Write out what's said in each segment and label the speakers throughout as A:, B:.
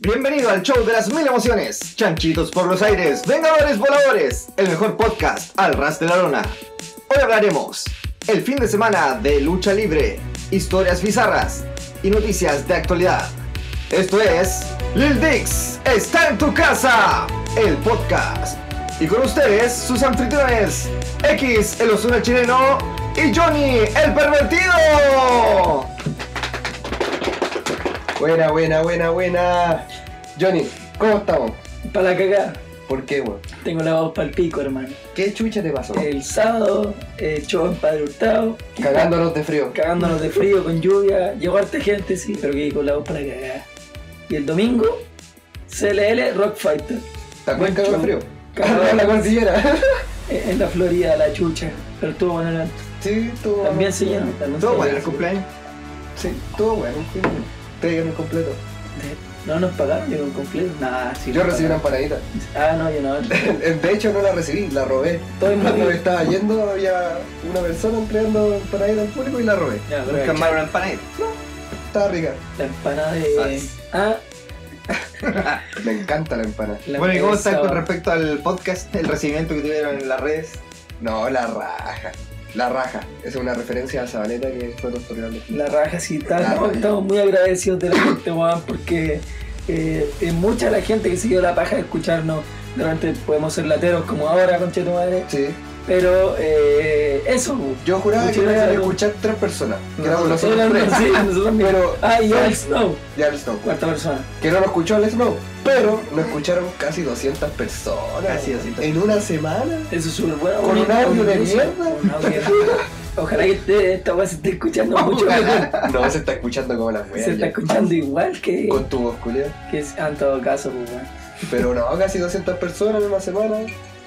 A: Bienvenido al show de las mil emociones, chanchitos por los aires, vengadores voladores, el mejor podcast al ras de la lona. Hoy hablaremos el fin de semana de lucha libre, historias bizarras y noticias de actualidad. Esto es Lil Dix está en tu casa, el podcast. Y con ustedes sus anfitriones X el Osuna chileno y Johnny el pervertido. Buena, buena, buena, buena. Johnny, ¿cómo estamos?
B: Para la cagada.
A: ¿Por qué, weón?
B: Tengo la voz para el pico, hermano.
A: ¿Qué chucha te pasó?
B: El sábado, eh, show en Padre Hurtado,
A: Cagándonos de frío.
B: cagándonos de frío, con lluvia. Llegó harta gente, sí, pero que con la voz para la cagada. Y el domingo, CLL Rock Fighter.
A: También cagó de frío.
B: Cagado
C: Ah.
A: en la cordillera.
B: en en la Florida, la chucha. Pero estuvo bueno el evento.
A: Sí, todo.
B: También se llenó. también
A: Todo
B: se
A: bueno
B: llenó.
A: el cumpleaños. Sí, todo bueno. Te dieron completo.
B: No nos pagaron, llegó en completo. Nada, sí.
C: Yo
B: nos
C: recibí una empanadita. Eh,
B: pagaron. Ah, no, yo no.
C: De hecho, no la recibí, la robé.
B: Todo el
C: Cuando me
B: mundo.
C: estaba yendo, había una persona entregando empanadita al público y la robé.
B: Ya, pero
A: Nunca más una empanada.
C: Estaba rica.
B: La empanada de. Ah,
C: Me encanta la empanada.
B: la
A: Bueno, ¿y cómo
B: empresa-
A: estás con respecto al podcast? El recibimiento que tuvieron en las redes.
C: No, la raja. La raja. Es una referencia a Sabaneta que fue nuestro rival de
B: La raja, sí, estamos,
C: La raja.
B: estamos muy agradecidos de la gente, weón, porque eh, es mucha la gente que se dio la paja de escucharnos. Durante podemos ser lateros como ahora, conche tu madre,
C: Sí.
B: pero eh, eso. weón.
C: Yo juraba que
B: Muchas
C: me iban a
B: gracias.
C: escuchar tres personas. Que éramos
B: Era
C: nosotros tres.
B: una- sí, nosotros mismos.
C: Pero-
B: Ah, y Alex Snow,
C: Ya el Snow.
B: cuarta persona.
C: Que no lo escuchó el Snow. Pero lo escucharon casi 200 personas.
A: Casi 200.
C: En una semana.
B: Eso es súper bueno.
C: Con un audio de
B: incluso-
C: mierda.
B: un audio de mierda. Ojalá que este- esta weá se esté escuchando mucho. weón.
C: No, se está escuchando como la
B: Se está
C: wea.
B: escuchando igual que,
C: Con tu voz, culiao.
B: que es- ah, en todo caso, pues, weón.
C: Pero no, casi 200 personas en una semana.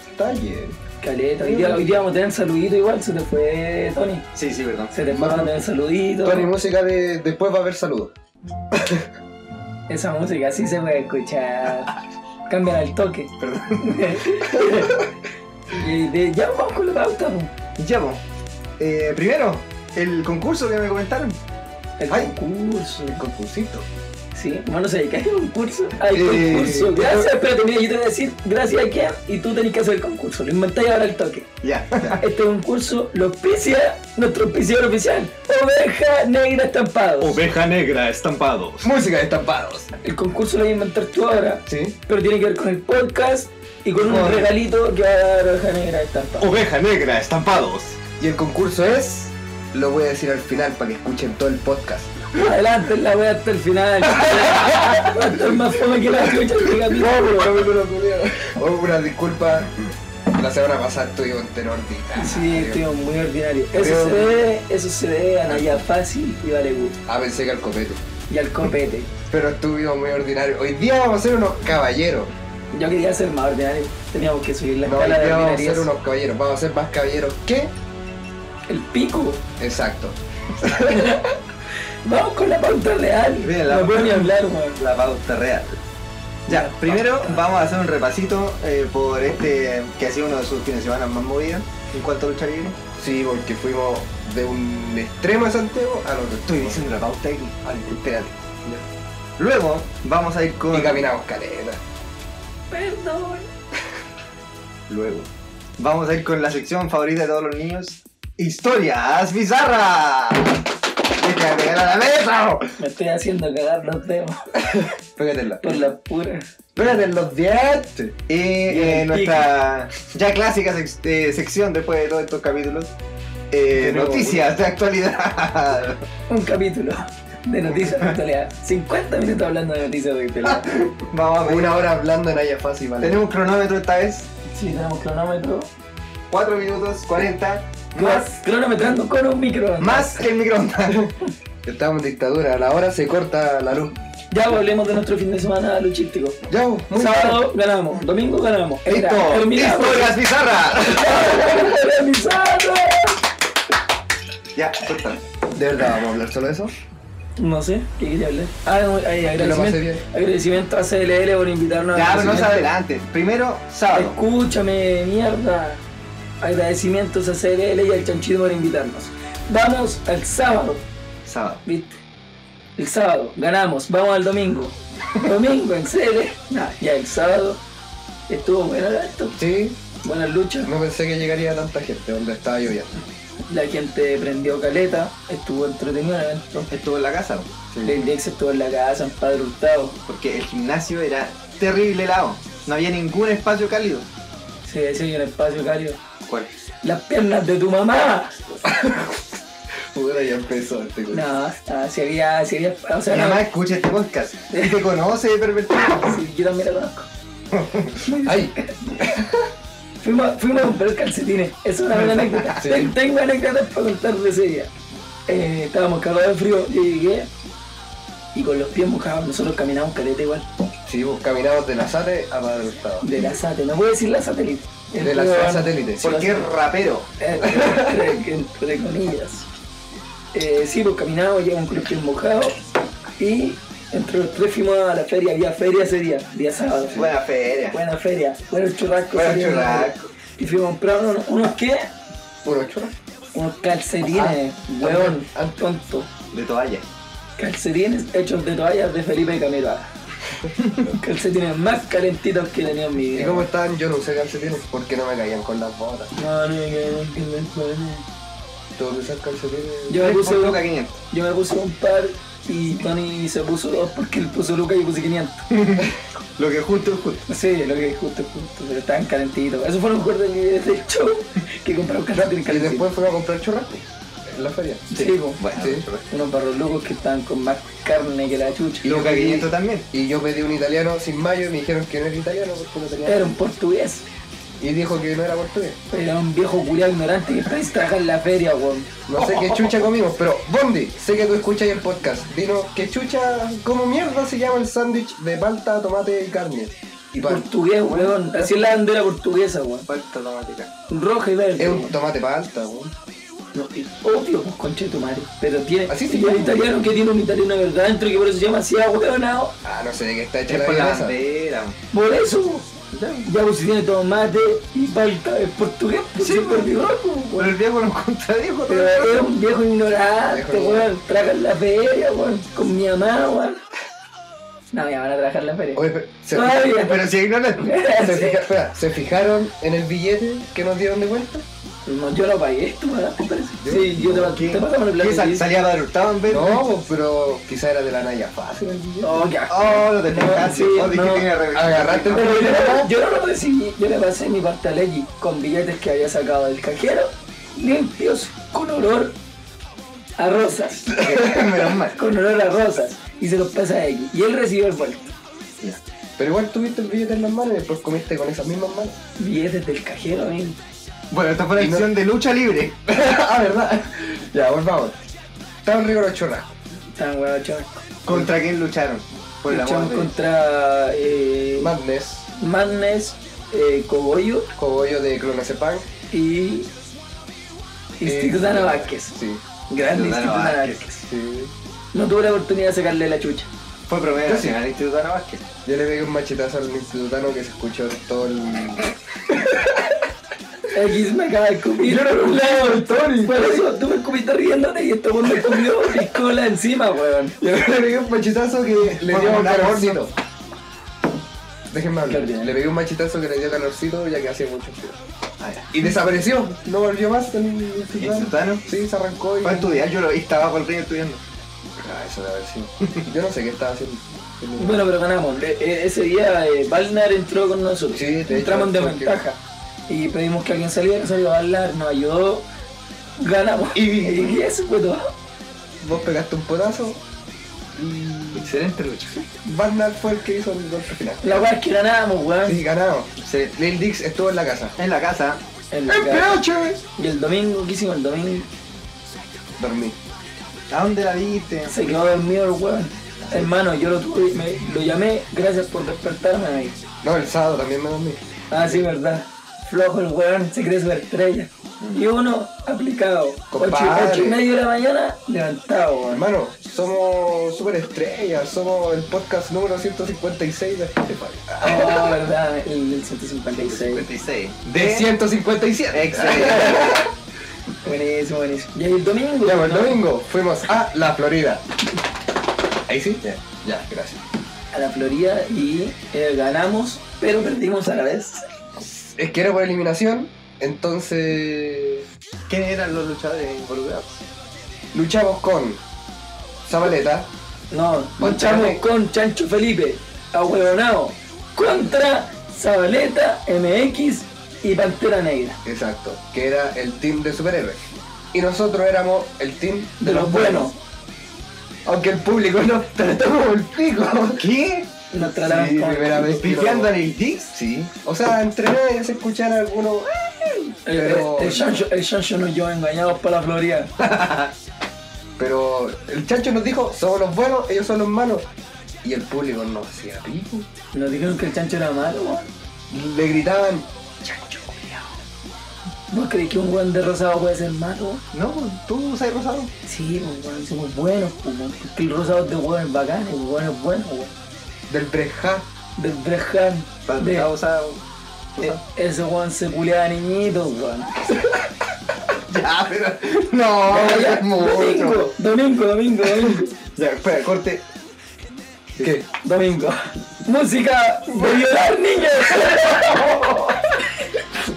C: Está bien.
B: Caleta, hoy día, hoy día vamos a tener saludito igual, se te fue Tony.
A: Sí, sí, perdón.
B: Se te fue, vamos a tener saludito.
C: Tony, música de después va a haber saludos.
B: Esa música sí se puede escuchar. Cambian al toque. y de, ya vamos con la pauta. po.
A: Ya, po. Eh, primero, el concurso que me comentaron.
B: El
C: Ay.
B: concurso.
C: El concursito.
B: Sí, bueno, se dedica al concurso. Al
A: Eh,
B: concurso. Gracias, espérate, mira, yo te voy a decir gracias a quién y tú tenés que hacer el concurso. Lo inventáis ahora al toque.
A: Ya.
B: Este concurso lo auspicia nuestro auspiciador oficial, Oveja Negra Estampados.
A: Oveja negra, estampados.
C: Música de estampados.
B: El concurso lo voy a inventar tú ahora.
C: Sí.
B: pero tiene que ver con el podcast y con un
A: Con-
B: regalito que va a dar Oveja Negra de Estampa.
A: Oveja negra, estampados.
C: Y el concurso es. Lo voy a decir al final para que escuchen todo el podcast.
B: Adelante la wea hasta el final. Va a estar más fome que la chucha este capítulo.
C: Oh, una disculpa. La semana pasada estuve entero ordinario.
B: Sí, estoy muy ordinario. Eso
C: Creo-
B: se debe, eso se debe a Naya Fácil y Vale Gut.
C: Ah, pensé que al copete.
B: Y al copete.
C: Pero estuvimos muy ordinario. Hoy día vamos a ser unos caballeros.
B: Yo quería ser más ordinario. Teníamos que subir la
C: No, hoy
B: escala de
C: día vamos a
B: ordinarias.
C: ser unos caballeros. Vamos a ser más caballeros que.
B: El pico.
C: Exacto.
B: Vamos con la pauta real.
A: Bien, la-
B: No puedo ni hablar, weón.
A: La pauta real. Ya, primero vamos a hacer un repasito eh, por este que ha sido uno de sus fines de semana más movidos en cuanto a lucha libre.
C: Sí, porque fuimos de un extremo de Santiago al otro.
A: Estoy
C: Estuvimos.
A: diciendo la pauta aquí. Espérate. Luego vamos a ir con.
C: Y caminamos caleta.
B: Perdón.
A: Luego. Vamos a ir con la sección favorita de todos los niños. Historias bizarras. Deja de pegar a la mesa.
B: Me estoy haciendo cagar los dedos
C: Pégatela.
B: por la pura.
C: Pégate en los dientes.
A: Y eh,
B: el
A: nuestra ya clásica sec- eh, sección después de todos estos capítulos. eh,
C: Tenemos
A: noticias de actualidad.
B: un capítulo de noticias de actualidad. 50 minutos hablando de noticias de actualidad.
A: Vamos a ver.
C: Una hora hablando en Haya Fácil, ¿vale?
A: Tenemos cronómetro esta vez.
B: Sí, tenemos cronómetro.
A: 4 minutos 40. Más,
B: Más cronometrando con un micro.
A: más que el microondas.
C: Estamos en dictadura, a la hora se corta la luz.
B: Ya volvemos de nuestro fin de semana luchístico.
C: Ya, muy bien.
B: Sábado ganamos, domingo ganamos. Era,
A: Listo.
B: terminamos.
A: Historias bizarras.
B: Realizado.
A: ya, corta.
C: ¿De verdad vamos a hablar solo de eso?
B: No sé, ¿qué quería hablar? Ah, no, ay,
C: Que lo pasé bien.
B: agradecimiento, agradecimiento a CLL por invitarnos
A: Ya, pero no se
B: Agradecimiento-
A: adelante. Primero, sábado.
B: Escúchame, mierda. Agradecimientos a CLL y al Chanchito por invitarnos. Vamos al sábado.
A: Sábado.
C: Eh,
B: ¿Viste? El sábado ganamos, vamos al domingo. Domingo en serie. Ya el sábado. Estuvo buena la esto.
C: Sí,
B: Buenas luchas.
C: no pensé que llegaría tanta gente donde estaba lloviendo.
B: La gente prendió caleta. Estuvo entretenido el evento.
A: Estuvo en la casa, ¿no?
B: Ley Dex estuvo en la casa, en Padre Hurtado.
A: porque el gimnasio era terrible helado. No había ningún espacio cálido.
B: Se decía en el espacio cario.
A: ¿Cuál?
B: Las piernas de tu mamá.
C: Puta, ya empezó este güey.
B: No, ah, si había, si había, o sea,
A: Mi mamá
B: no,
A: escucha este podcast. Y te conoce, pervertido.
B: sí, yo también la conozco.
C: Ay,
B: Fuimos, fuimos a comprar calcetines. Es una buena anécdota.
C: Sí.
B: Ten- Tengo anécdotas para contar de ese día. Eh, estábamos cagados de frío. Yo llegué y con los pies mojados. Nosotros caminamos careta igual.
C: sí, pues, caminamos de la sale a Padre Hurtado.
B: De la SATE. No voy a decir la satélite.
C: De la ciudad satélite, sí.
A: ¿Por qué rapero?
B: eh, entre, entre comillas. Eh, sí, pues caminamos, llegamos con los pies mojados. Y entre los tres fuimos a la feria. Había feria ese día, día sábado.
A: Buena feria.
B: Buena feria, buenos churrascos.
C: Buenos
B: sería una-
C: churrascos.
B: Y fuimos a comprar unos, unos qué?
C: Puro churro.
B: Unos calcetines,
C: Ah,
B: huevón,
C: ah, ah.
B: tonto.
A: De toalla.
B: Calcetines hechos de toallas de Felipe Camilo. Los calcetines más calentitos que he tenido en mi
C: ¿Y
B: vida.
C: cómo estaban? Yo no usé calcetines porque no me caían con las botas.
B: No, no, no, no, no, no, no.
C: Tuve que usar calcetines.
B: Yo me puse
A: Por
B: un,
A: Luca 500.
B: yo me puse un par y Tony se puso dos porque él puso Luca y yo puse 500.
A: Lo que justo es justo.
B: Sí, lo que es justo, justo, pero estaban calentitos. Eso fue lo mejor de mi vida, de hecho, que compraron calcetines
C: Y
B: calentitos.
C: después fui a comprar churrasco en la feria.
B: Sí, pues.
A: Bueno,
C: Sí.
B: unos barros locos que estaban con más carne que la chucha.
A: Y Luca 500 también.
C: Y yo pedí un italiano sin mayo y me dijeron que no era italiano porque no tenía.
B: Era un portugués,
C: Y dijo que no era portugués.
B: era un viejo culiado ignorante que está trabajar en la feria, weón.
C: No sé qué chucha comimos, pero Bondi, sé que tú escuchas el podcast. Dinos qué chucha, cómo mierda se llama el sándwich de palta, tomate y carne. Y pan.
B: Portugués, weón. Así es la bandera portuguesa, weón.
A: Falta automática.
B: Roja y verde.
C: Es un
B: weón.
C: tomate palta, weón.
B: No, y obvio, pues conche tu madre. Pero tiene.
C: Así se
B: y el
C: llama,
B: italiano
C: weón.
B: que tiene un italiano de verdad dentro que por eso se llama así, ah, weón. ah.
C: Ah, no sé de qué está hecha
A: Es
C: la
A: por la
C: vienesa.
A: bandera.
B: Por eso. Ya pues si tiene tomate y palta es portugués, pues
A: Sí,
B: sí,
A: pues.
B: rojo,
A: Por el viejo nos contradijo.
B: Pero era un viejo ignorante,
C: Viejo
B: weón. Trabaja en la feria, weón. Con mi mamá, weón. No, mi mamá no trabaja en la feria.
C: Oye, pero- se,
B: Todavía.
A: Pero si ignoran.
C: se fija- espera, ¿se fijaron en el billete que nos dieron de vuelta?
B: No, yo lo pagué, tú me daste, parece. Sí, yo te
A: ¿Qué?
B: pagué. Te pasamos el
A: ¿Qué
B: plato.
A: sal-
B: sí.
A: salía para Hurtado en vez?
C: No, pues, pero quizá era de la Naya fácil el billete.
B: Oh, qué asco.
A: Oh, lo tenía
B: No,
A: casi.
B: sí,
A: Oh, dije
B: no.
A: que tenía re-
C: Agarraste el-
B: Pero yo, yo no lo recibí, yo le pasé mi parte a Leggy con billetes que había sacado del cajero, limpios, con olor a rosas.
A: Menos mal.
B: con olor a rosas. Y se los pasa a Leggy. Y él recibió el vuelto.
C: Pero igual tuviste el billete en las manos y después comiste con esas mismas manos.
B: Billetes del cajero, amigo.
A: Bueno, esta fue la
C: Y no-
A: edición de lucha libre.
C: ah, ¿verdad? Ya, por favor. Estaban ricos los churrascos.
B: Tan huevo chorco.
A: ¿Contra quién lucharon? Por el amor
B: Luchamos
A: de
B: contra eh,
C: Madness,
B: Madness, eh, Cogollo
C: cogollo de clonazepam.
B: y Instituto
C: Eh,
B: Dana Vázquez.
C: Sí,
B: Grande
A: Instituto
B: Instituto
A: Dana
B: Dana
A: Vázquez.
B: Vázquez.
C: sí.
B: No tuve la oportunidad de sacarle la chucha.
A: Fue promedio
C: Yo sí.
A: nacional Instituto Ana Vázquez.
C: Yo le pegué un machetazo al institutano que se escuchó todo el...
B: X me acaba de escupir. Yo no el Tony. Por eso tú me escupiste riéndote y este mundo me escupió mi cola encima, weón.
C: Yo le pegué un machetazo que le dio
A: Vamos a hablar
C: calorcito. Déjenme hablar.
B: Claro, ya.
C: Le pegué un machetazo que le dio calorcito ya que hacía mucho frío.
A: Ah, ya.
C: Y desapareció. No volvió más el
A: ¿Institutano?
C: institutano. Sí, se arrancó y...
A: Fue a estudiar, yo lo vi, estaba bajo el río estudiando.
C: Ah, eso debe haber sido. Yo no sé qué estaba haciendo.
B: Bueno, pero ganamos. E- e- ese día eh, Balnar entró con nosotros.
C: Sí, de hecho,
B: Entramos de
C: porque-
B: ventaja. Y pedimos que alguien saliera, salió Balnar, nos ayudó. Ganamos.
C: Y-
B: y eso fue todo.
C: Vos pegaste un potazo y
A: Excelente lucha.
C: Barnard fue el que hizo el golpe final.
B: La weá es que ganamos, weón.
C: Sí, ganado.
A: Excelente.
C: Lil Dix estuvo en la casa.
A: En la casa,
B: En la cara.
C: ¡MPH!
B: Y el domingo, ¿qué hicimos el domingo?
C: Dormí.
A: ¿a dónde la viste?
B: Se quedó dormido el weón. Hermano, yo lo tuve, me- lo llamé, gracias por despertarme, amigo.
C: No, el sábado también me dormí.
B: Ah, sí, verdad. Flojo el weón, se cree superestrella. Y uno aplicado. Ocho,
C: Compadre.
B: ocho y medio de la mañana, levantado, weón.
C: Hermano, somos super estrellas, somos el podcast número 156 de Spotify.
B: Oh, verdad, el, el 156.
A: 56.
C: De
A: De
C: 157.
A: Excelente.
B: Buenísimo, buenísimo. Y ahí el domingo.
C: Ya, pues, el
B: ¿no?
C: domingo fuimos a la Florida. Ahí sí, ya, ya, gracias.
B: a la Florida y eh, ganamos, pero perdimos a la vez.
C: Es que era por eliminación, entonces
A: ¿Quiénes eran los luchadores involucrados?
C: luchamos con Zabaleta,
B: No,
C: Contra
B: luchamos
C: Re-
B: con Chancho Felipe, ahuevonao, contra Zabaleta, MX y Pantera Negra.
C: exacto, que era el team de superhéroes. Y nosotros éramos el team
B: De, los buenos.
C: Aunque el público nos trató como el pico.
A: ¿Qué?
B: Nos trataban
C: Sí,
B: como-
C: primera vez.
A: ¿Pifiando en el Dix?
C: Sí. O sea, entre medio se escuchan algunos. "Ay",
B: El,
C: Pero,
A: este
B: el Chancho, el Chancho nos llevó engañados para la Florida.
C: pero el chancho nos dijo, somos los buenos, ellos son los malos. Y el público no hacía pico.
B: Nos dijeron que el Chancho era malo, weón.
C: Le gritaban,
B: ¿Vos crees que un weón de rosado puede ser malo? weón?
A: No, tú usas rosado.
B: Sí, pues, weón, somos buenos, pues, weón. Porque el rosado es de weón bacán, el weón es bueno, weón.
C: del Breja.
B: Del Brejan.
A: Para usar.
B: Ese weón se culeaba a niñitos, weón.
A: Ya, pero. No,
B: Ya,
A: es mucho.
B: domingo, domingo, domingo, domingo.
A: Ya, espera, corte.
C: ¿Qué?
B: Domingo. Música de violar, niños.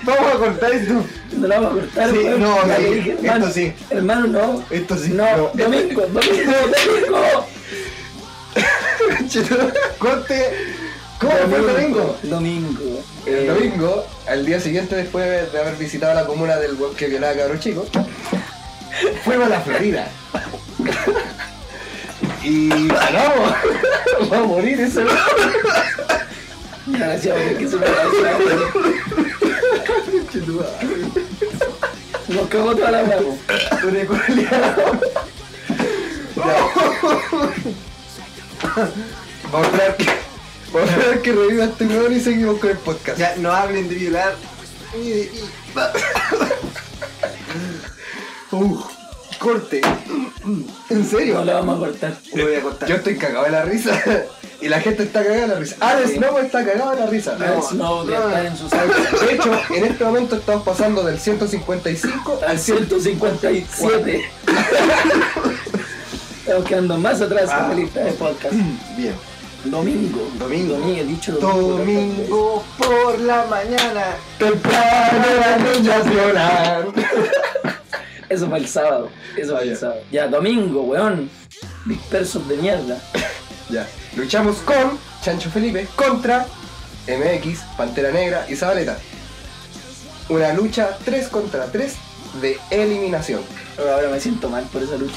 A: Vamos a cortar esto.
B: No la vamos a cortar.
A: Sí,
B: weón.
A: no,
B: Ya
A: sí,
B: le dije,
A: esto
B: hermano,
A: sí.
B: Hermano, no.
A: Esto sí,
B: No,
A: no, esto-
B: domingo, domingo, domingo.
A: Corte. ¿Cómo fue el domingo?
B: Domingo.
C: El
B: Eh,
C: domingo, al día siguiente después de haber visitado la comuna del weón que violaba a cabros chicos,
A: Fuimos a la Florida.
C: y ganamos. Va a morir ese weón.
B: Gracias, weón, que se me pasa, weón. Nos cagó toda la mano.
A: Una culiao.
C: Va a hablar que. Va a hablar que reviva este weón y seguimos con el podcast.
A: Ya, no hablen de violar. ni de- Uf, corte. ¿En
B: No
A: serio?
B: la vamos a cortar.
A: Lo voy a cortar.
C: Yo estoy cagado de la risa. Y la gente está cagada de la risa. Ah,
B: Sí.
C: Snow está cagado de la risa.
A: No,
B: No, no,
A: no.
B: estar en su salsa.
C: De hecho, en este momento estamos pasando del 155
B: Al 157. Estamos quedando más atrás en la lista de podcast.
A: Bien.
B: Domingo.
A: Domingo.
B: Domingo, he dicho domingo.
A: Domingo por la mañana.
C: temprano las niñas llorar.
B: Eso fue el sábado. Eso
C: Ah,
B: fue
C: ya.
B: el sábado. Ya, domingo, weón. Dispersos de mierda.
C: Ya. Luchamos con Chancho Felipe contra MX, Pantera Negra y Zabaleta. Una lucha 3 contra 3 de eliminación.
B: Pero ahora me siento mal por esa lucha.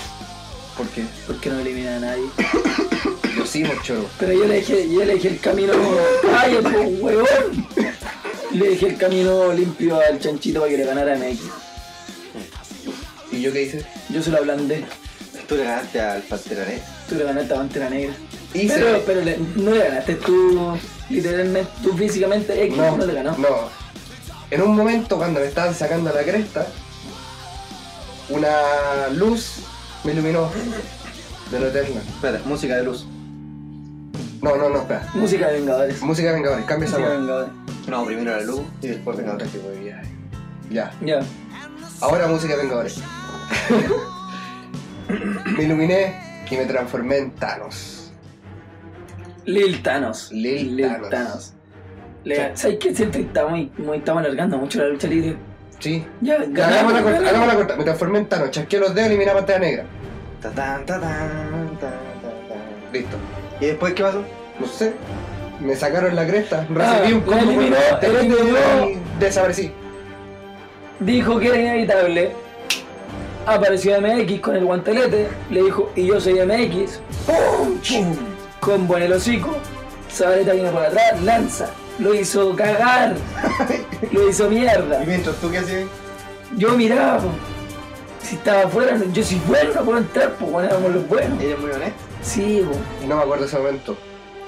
C: Porque
B: Porque no elimina a nadie.
C: yo sí, choro.
B: Pero yo le dejé, yo le dejé el camino. ¡Ay, pues, weón! Le dejé el camino limpio al chanchito para que le ganara a MX.
C: ¿Y yo qué hice?
B: Yo se lo ablandé.
A: Tú le ganaste al Pantera ¿eh? Negra.
B: Tú le ganaste a Pantera Negra.
C: Hice-
B: Pero, pero le- no le ganaste tú literalmente, tú físicamente, X no, le ganó.
C: no. En un momento cuando me estaban sacando la cresta, una luz me iluminó de lo eterno.
A: Espera, música de luz.
C: No, no, no, espera.
B: Música de Vengadores.
C: Música de Vengadores, cambia esa
B: Música de
C: voz.
B: Vengadores.
A: No, primero la luz y después la otra que voy a
C: Ya.
B: Ya.
C: Ahora música de Vengadores. me iluminé y me transformé en Thanos.
B: Lil Thanos.
C: Lil Thanos.
B: Le, ¿Sabes qué? Siento que estamos, muy, muy, estamos alargando mucho la lucha libre.
C: Sí.
B: Ya,
C: Ya, Hagamos
B: ganamos.
C: la corta,
B: ganamos.
C: hagamos la corta. Me transformé en Thanos, chasqué los dedos y miré a pantalla negra.
A: Ta tan, ta tan, ta tan, tan.
C: Listo.
A: ¿Y después qué pasó?
C: No sé. Me sacaron la cresta, recibí un
B: Ah, la
C: combo por
B: eliminó,
C: la-
B: eliminó.
C: y desaparecí.
B: Dijo que era inevitable. Apareció MX con el guantelete. Le dijo, y yo soy MX. ¡Pum! Combo en el hocico. Sabaleta viene por atrás, lanza. Lo hizo cagar. Lo hizo mierda.
A: Y mientras tú qué hacías.
B: Yo miraba, po. si estaba afuera, no- yo si bueno no puedo entrar, pues bueno, éramos los buenos.
A: Ella es muy honesta.
B: Sí, po.
C: No me acuerdo ese momento.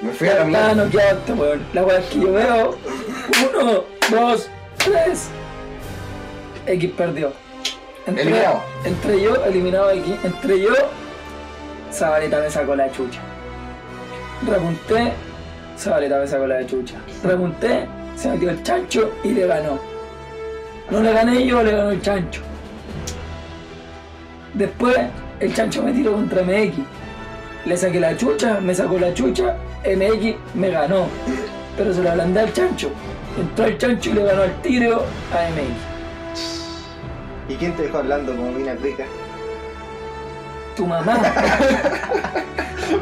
C: Me fui a la
B: Estaba
C: mierda.
B: noqueado este weón. La weá que yo veo. Uno, dos, tres. X perdió. Entré,
C: Eliminado.
B: Entré yo, eliminado X. Entré yo. Zabaleta me sacó la chucha. Repunté. Zabaleta me sacó la chucha. Repunté. Se metió el chancho y le ganó. No le gané yo, le ganó el chancho. Después, el chancho me tiró contra MX. Le saqué la chucha, me sacó la chucha, MX me ganó. Pero se lo ablandé al chancho. Entró el chancho y le ganó el tiro a MX.
A: ¿Y quién te dejó hablando como mina rica?
B: Tu mamá.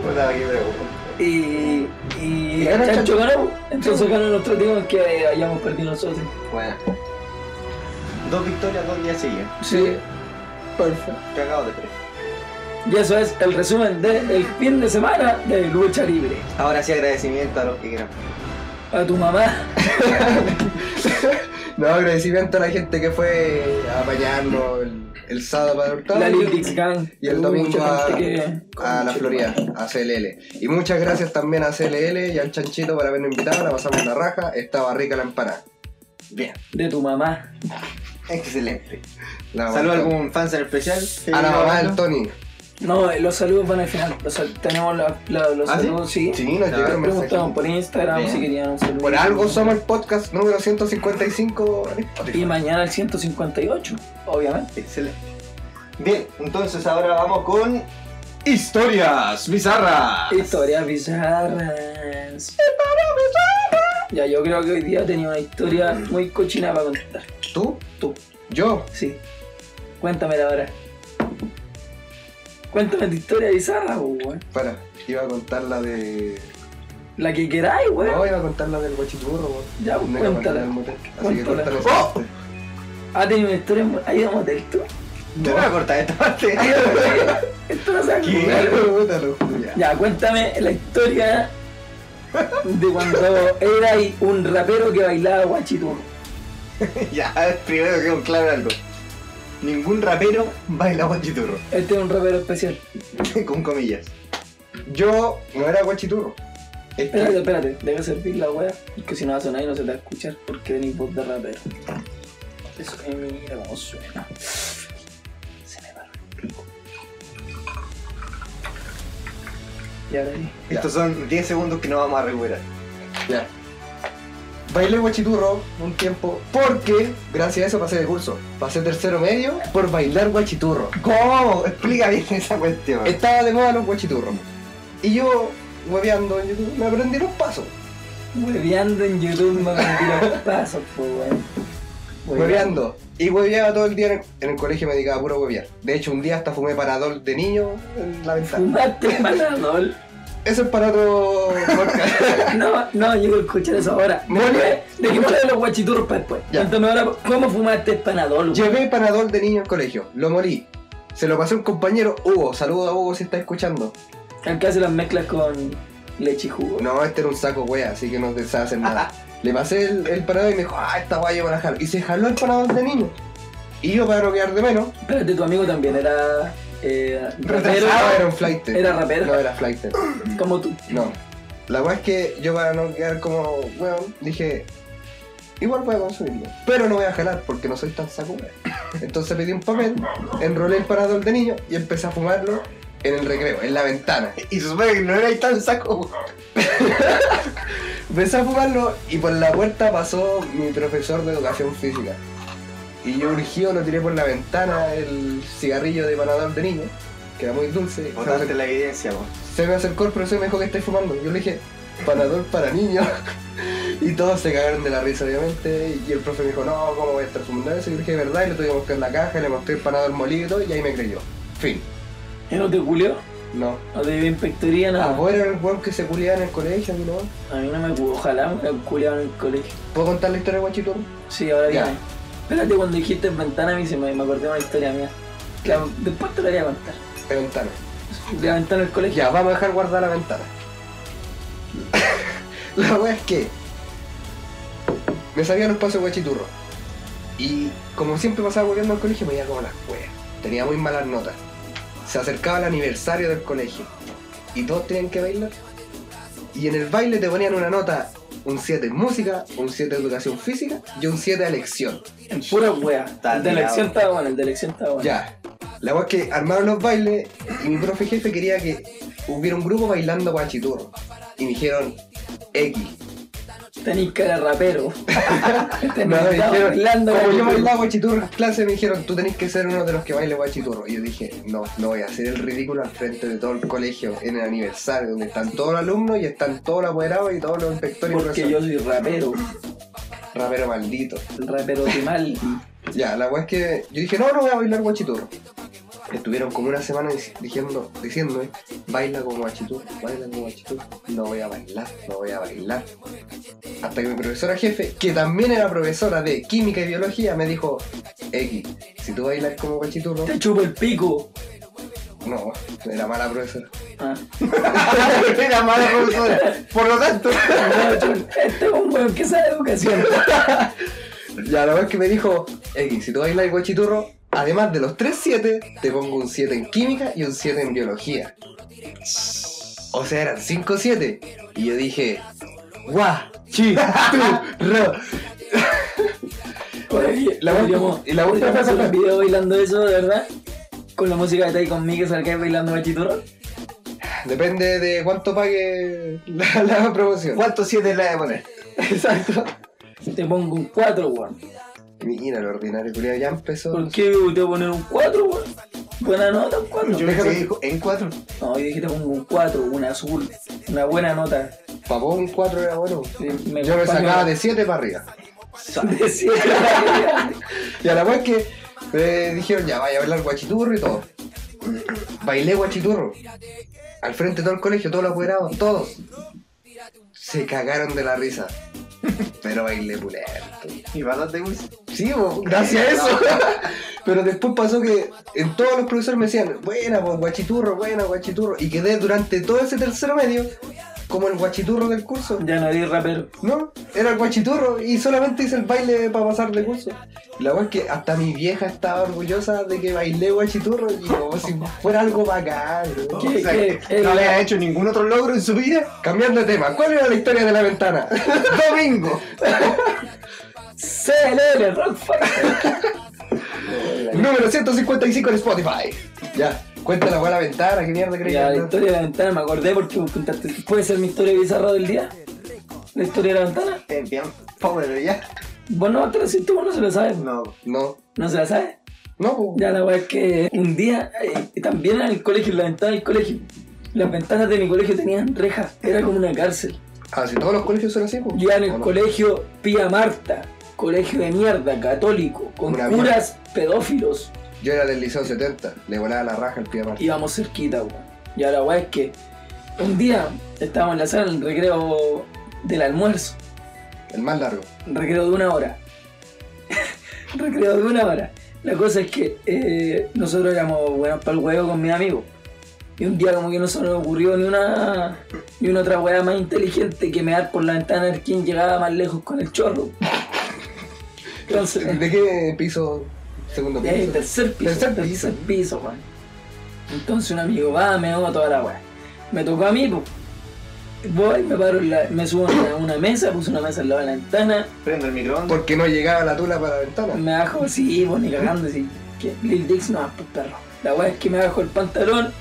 A: Puta, qué pregunta.
B: Y, y,
C: ganó
B: el
C: el
B: chancho
C: Chancho.
B: ganó. Entonces ganó nuestro tío que hayamos perdido nosotros.
A: Bueno. Dos victorias, dos días siguen.
B: Sí, perfecto.
A: Cagado de tres.
B: Y eso es el resumen del fin de semana de lucha libre.
A: Ahora sí agradecimiento a los que quieran.
B: A tu mamá.
C: No, agradecimiento a la gente que fue a apañarnos el, el sábado para Hurtado.
B: La Lilix Gang.
C: Y el
B: Hubo
C: domingo a,
B: mucha gente que-
C: a la Florida, a CLL. Y muchas gracias también a CLL y al Chanchito por habernos invitado. La pasamos la raja. Estaba rica la empanada.
A: Bien.
B: De tu mamá.
A: Excelente.
C: La
A: Saludos a
C: aguantó.
A: algún fan en especial.
C: A la mamá del Tony.
B: No, eh, los saludos van al final. Los sal- tenemos la- la- los
A: ¿Ah, sí?
B: saludos, sí.
C: Sí, nos
A: Ah,
C: llegaron
B: Preguntaban
C: mensajes.
B: por Instagram
A: Bien.
B: si querían un saludo.
C: Por algo somos el podcast número 155. en Spotify.
B: Y mañana el 158, obviamente.
A: Excelente. Bien, entonces ahora vamos con historias bizarras.
B: Historias bizarras. Ya, yo creo que hoy día tenía una historia muy cochina para contar.
C: ¿Tú?
B: Tú,
C: ¿Yo?
B: sí. Cuéntamela ahora. Cuéntame tu historia bizarra, po, weón.
C: Para, iba a contar la de.
B: La que queráis, weón.
C: No, iba a contar la del guachiturro, weón.
B: Ya, pues,
C: No iba a contar la
B: cuéntala.
C: del motel. Así que
B: Cuéntala.
C: cuéntala.
A: ¡Oh!
C: esa parte.
B: Ha tenido una historia. mu- ¿Ha ido a motel tú?
A: Te voy a cortar esta parte.
B: Esto no se va a
A: ¿Qué?
B: acordar.
C: Cuéntalo, cuéntalo. Ya.
B: Ya, cuéntame la historia de cuando era ahí un rapero que bailaba guachiturro.
A: ya, primero quedó claro algo. Ningún rapero baila guachiturro.
B: Este es un rapero especial.
A: con comillas.
C: Yo no era guachiturro. Es que-
B: Espérate, espérate, debe servir la wea, porque si no va a sonar y no se te va a escuchar, porque tenéis voz de rapero. Eso, eh, mira cómo suena. Se me paró el pico. Y ahora sí.
C: Ya.
A: Estos son 10 segundos que no vamos a recuperar.
C: Ya. Bailé guachiturro un tiempo porque gracias a eso pasé de curso. Pasé tercero medio por bailar guachiturro.
A: ¿Cómo? Explica bien esa cuestión.
C: Estaba de moda los guachiturros. Y yo, hueveando en YouTube, me aprendí los pasos.
B: Hueveando en YouTube me aprendí los pasos, pues weón.
C: Hueveando. Y hueveaba todo el día en el, en el colegio me dedicaba a puro huevear. De hecho, un día hasta fumé paradol de niño en la ventana.
B: Fumaste panadol.
C: Eso es para otro podcast.
B: No, no, yo quiero escuchar eso ahora.
C: Me duele.
B: Dejémosle los guachiturros para después.
C: Ya.
B: Cuéntame ahora cómo fumaste el panadol. weón?
C: Llevé panadol de niño al colegio. Lo morí. Se lo pasé a un compañero, Hugo. Saludo a Hugo si está escuchando.
B: Acá se las mezclas con leche y jugo.
C: No, este era un saco wea, así que no se sabe hacer nada. Le pasé el, el panadol y me dijo, ah, esta wea yo me la jalo. Y se jaló el panadol de niño. Y yo para no quedar de menos,
B: Espérate, tu amigo también era eh, rapero,
C: retrasado era un flight.
B: Era rapero.
C: No era flight.
B: como tú.
C: No. La wea es que yo para no quedar como weón, dije, igual voy a consumirlo. Pero no voy a jalar porque no soy tan saco wea. Entonces pedí un papel, enrolé el panadol de niño y empecé a fumarlo en el recreo, en la ventana.
A: Y se supone que no era tan saco.
C: Empecé a fumarlo y por la puerta pasó mi profesor de educación física. Y yo urgido lo tiré por la ventana el cigarrillo de panador de niño, que era muy dulce. Se me,
A: Botaste
C: acercó,
A: la evidencia, po.
C: se me acercó el profesor y me dijo que estáis fumando. Yo le dije, panador para niños. y todos se cagaron de la risa, obviamente. Y el profe me dijo, no, ¿cómo voy a estar fumando eso? Y yo le dije, ¿verdad? Y lo tuvimos que buscar en la caja, le mostré el panador molido y todo, y ahí me creyó. Fin.
B: ¿Y no te culió?
C: No.
B: ¿No te dio inspectoría?
C: Ah,
B: Nada.
C: vos eras el weón que se culiaba en el colegio, ¿no?
B: A mí no me culió. Ojalá me culiaban en el colegio.
C: ¿Puedo contar la historia de Guachito?
B: Sí, ahora
C: Ya.
B: viene. Espérate, cuando dijiste ventana a mí se me, me acordé de una historia mía. Que la- después te la voy a contar.
C: De ventana.
B: De la ventana del colegio.
C: Ya, vamos a dejar guardada la ventana. la wea es que me sabía los pasos de guachiturro. Y como siempre pasaba volviendo al colegio, me iba como las weas. Tenía muy malas notas. Se acercaba el aniversario del colegio. Y todos tenían que bailar. Y en el baile te ponían una nota, un 7 en música, un 7 en educación física y un 7 a elección.
B: En pura wea.
A: Está
B: el de
A: tirado.
B: elección estaba bueno, el de elección estaba bueno.
C: Ya. La wea es que armaron los bailes y mi profe jefe quería que hubiera un grupo bailando guachiturro. Y me dijeron X.
B: Tenís cara de rapero. Tenés
C: No, me
B: cara
C: dijeron,
B: Este bailando
C: como yo
B: guachiturro.
C: bailaba guachiturro en clase, me dijeron, tú tenés que ser uno de los que baile guachiturro. Y yo dije, no, no voy a hacer el ridículo al frente de todo el colegio en el aniversario, donde están todos los alumnos y están todos los apoderados y todos los inspectores y
B: Porque yo
C: profesores.
B: soy rapero.
C: Rapero maldito.
B: Rapero de mal.
C: Ya, la weá es que yo dije, no, no voy a bailar guachiturro. Estuvieron como una semana dic- diciendo, diciéndome, baila como guachiturro, baila como guachiturro. No voy a bailar, no voy a bailar. Hasta que mi profesora jefe, que también era profesora de química y biología, me dijo, X, si tú bailas como guachiturro,
B: Te chupo el pico.
C: no, era mala profesora.
B: Ah.
A: Era mala profesora. Por lo tanto.
B: No, chul, Este es un weón que sabe educación.
C: Ya, la weá es que me dijo, X, si tú bailas guachiturro, además de los 3-7, te pongo un 7 en química y un 7 en biología. O sea, eran 5-7. Y yo dije, guau, chi, tu, ro.
B: Oye,
C: La
B: podríamos-
C: última- y la última
B: podríamos
C: frase
B: hacer
C: fue-
B: un video bailando eso, de verdad. Con la música de Tai conmigo que salga bailando guachiturro.
C: Depende de cuánto pague la, la promoción.
A: ¿Cuántos siete le voy a poner?
C: Exacto.
B: Te pongo un 4, weón.
C: Mira, lo ordinario, culiao, ya empezó.
B: ¿Por qué te voy a poner un 4, weón? Buena nota, un 4.
A: Yo
C: Déjame-
A: pensé que dijo en cuatro.
B: No, yo dije te pongo un 4, un azul. Una buena nota.
C: Papá, un 4 era bueno.
B: Sí, me-
C: Yo me
B: pa-
C: sacaba
B: me-
C: de 7 para arriba.
B: De siete.
C: Y a la vez que eh, dijeron, ya vaya a bailar guachiturro y todo. Bailé guachiturro. Al frente de todo el colegio, todos los apoderados, todos. Se cagaron de la risa. Pero bailé pulento.
A: Y bastante dulce.
C: Sí, bo, gracias a eso. Pero después pasó que en todos los profesores me decían, buena, pues, guachiturro, buena, guachiturro. Y quedé durante todo ese tercero medio como el guachiturro del curso.
B: Ya no eres rapero.
C: No, era el guachiturro y solamente hice el baile para pasar de curso. La wea es que hasta mi vieja estaba orgullosa de que bailé guachiturro y como si fuera algo bacán. ¿no?
B: ¿Qué?
A: O sea,
B: ¿Qué?
A: que no había hecho ningún otro logro en su vida.
C: Cambiando de tema, ¿cuál era la historia de la ventana?
A: Domingo.
B: CLL, Rock Fighter.
C: Número 155 en Spotify. Ya, cuenta la wea la ventana, qué mierda creí.
B: Ya, la
C: que-
B: historia de la ventana, me acordé porque vos contaste. ¿Puede ser mi historia bizarra del día? ¿La historia de la ventana?
A: Eh, Bien, pobre, ya.
B: Vos no te lo siento, vos no se lo sabes.
A: No.
C: No,
B: No se la sabes.
C: no, po.
B: Ya la weá es que un día, eh, también en el colegio, en la ventana del colegio, las ventanas de mi colegio tenían rejas, era como una cárcel.
C: Ah, si todos los colegios son así, po.
B: Yo en el
C: ¿O no?
B: colegio Pía Marta, colegio de mierda, católico, con
C: Una
B: curas pedófilos,
C: Yo era del liceo 70, le volaba la raja al pie aparte.
B: íbamos cerquita, weón. Ya la weá es que un día estábamos en la sala, en el recreo del almuerzo,
C: El más largo.
B: recreo de una hora. recreo de una hora. La cosa es que eh, nosotros éramos buenos para el huevo con mis amigos. Y un día como que no se nos ocurrió ni una ni una otra weá más inteligente que mear por la ventana a ver quién llegaba más lejos con el chorro. Entonces,
C: ¿De qué piso? Segundo
B: de ahí,
C: piso.
B: tercer piso,
C: Tercer piso.
B: tercer piso, Juan. Entonces un amigo va, me a toda la weá. Me tocó a mí, pues. Voy, me paro, en la- me subo a una mesa, puse una mesa al lado de la ventana,
A: Prendo el microondas.
C: Porque no llegaba la tula para la ventana.
B: Me bajo así, vos ni cagando, así. Que Lil Dix no, pues perro. La weá es que me bajo el pantalón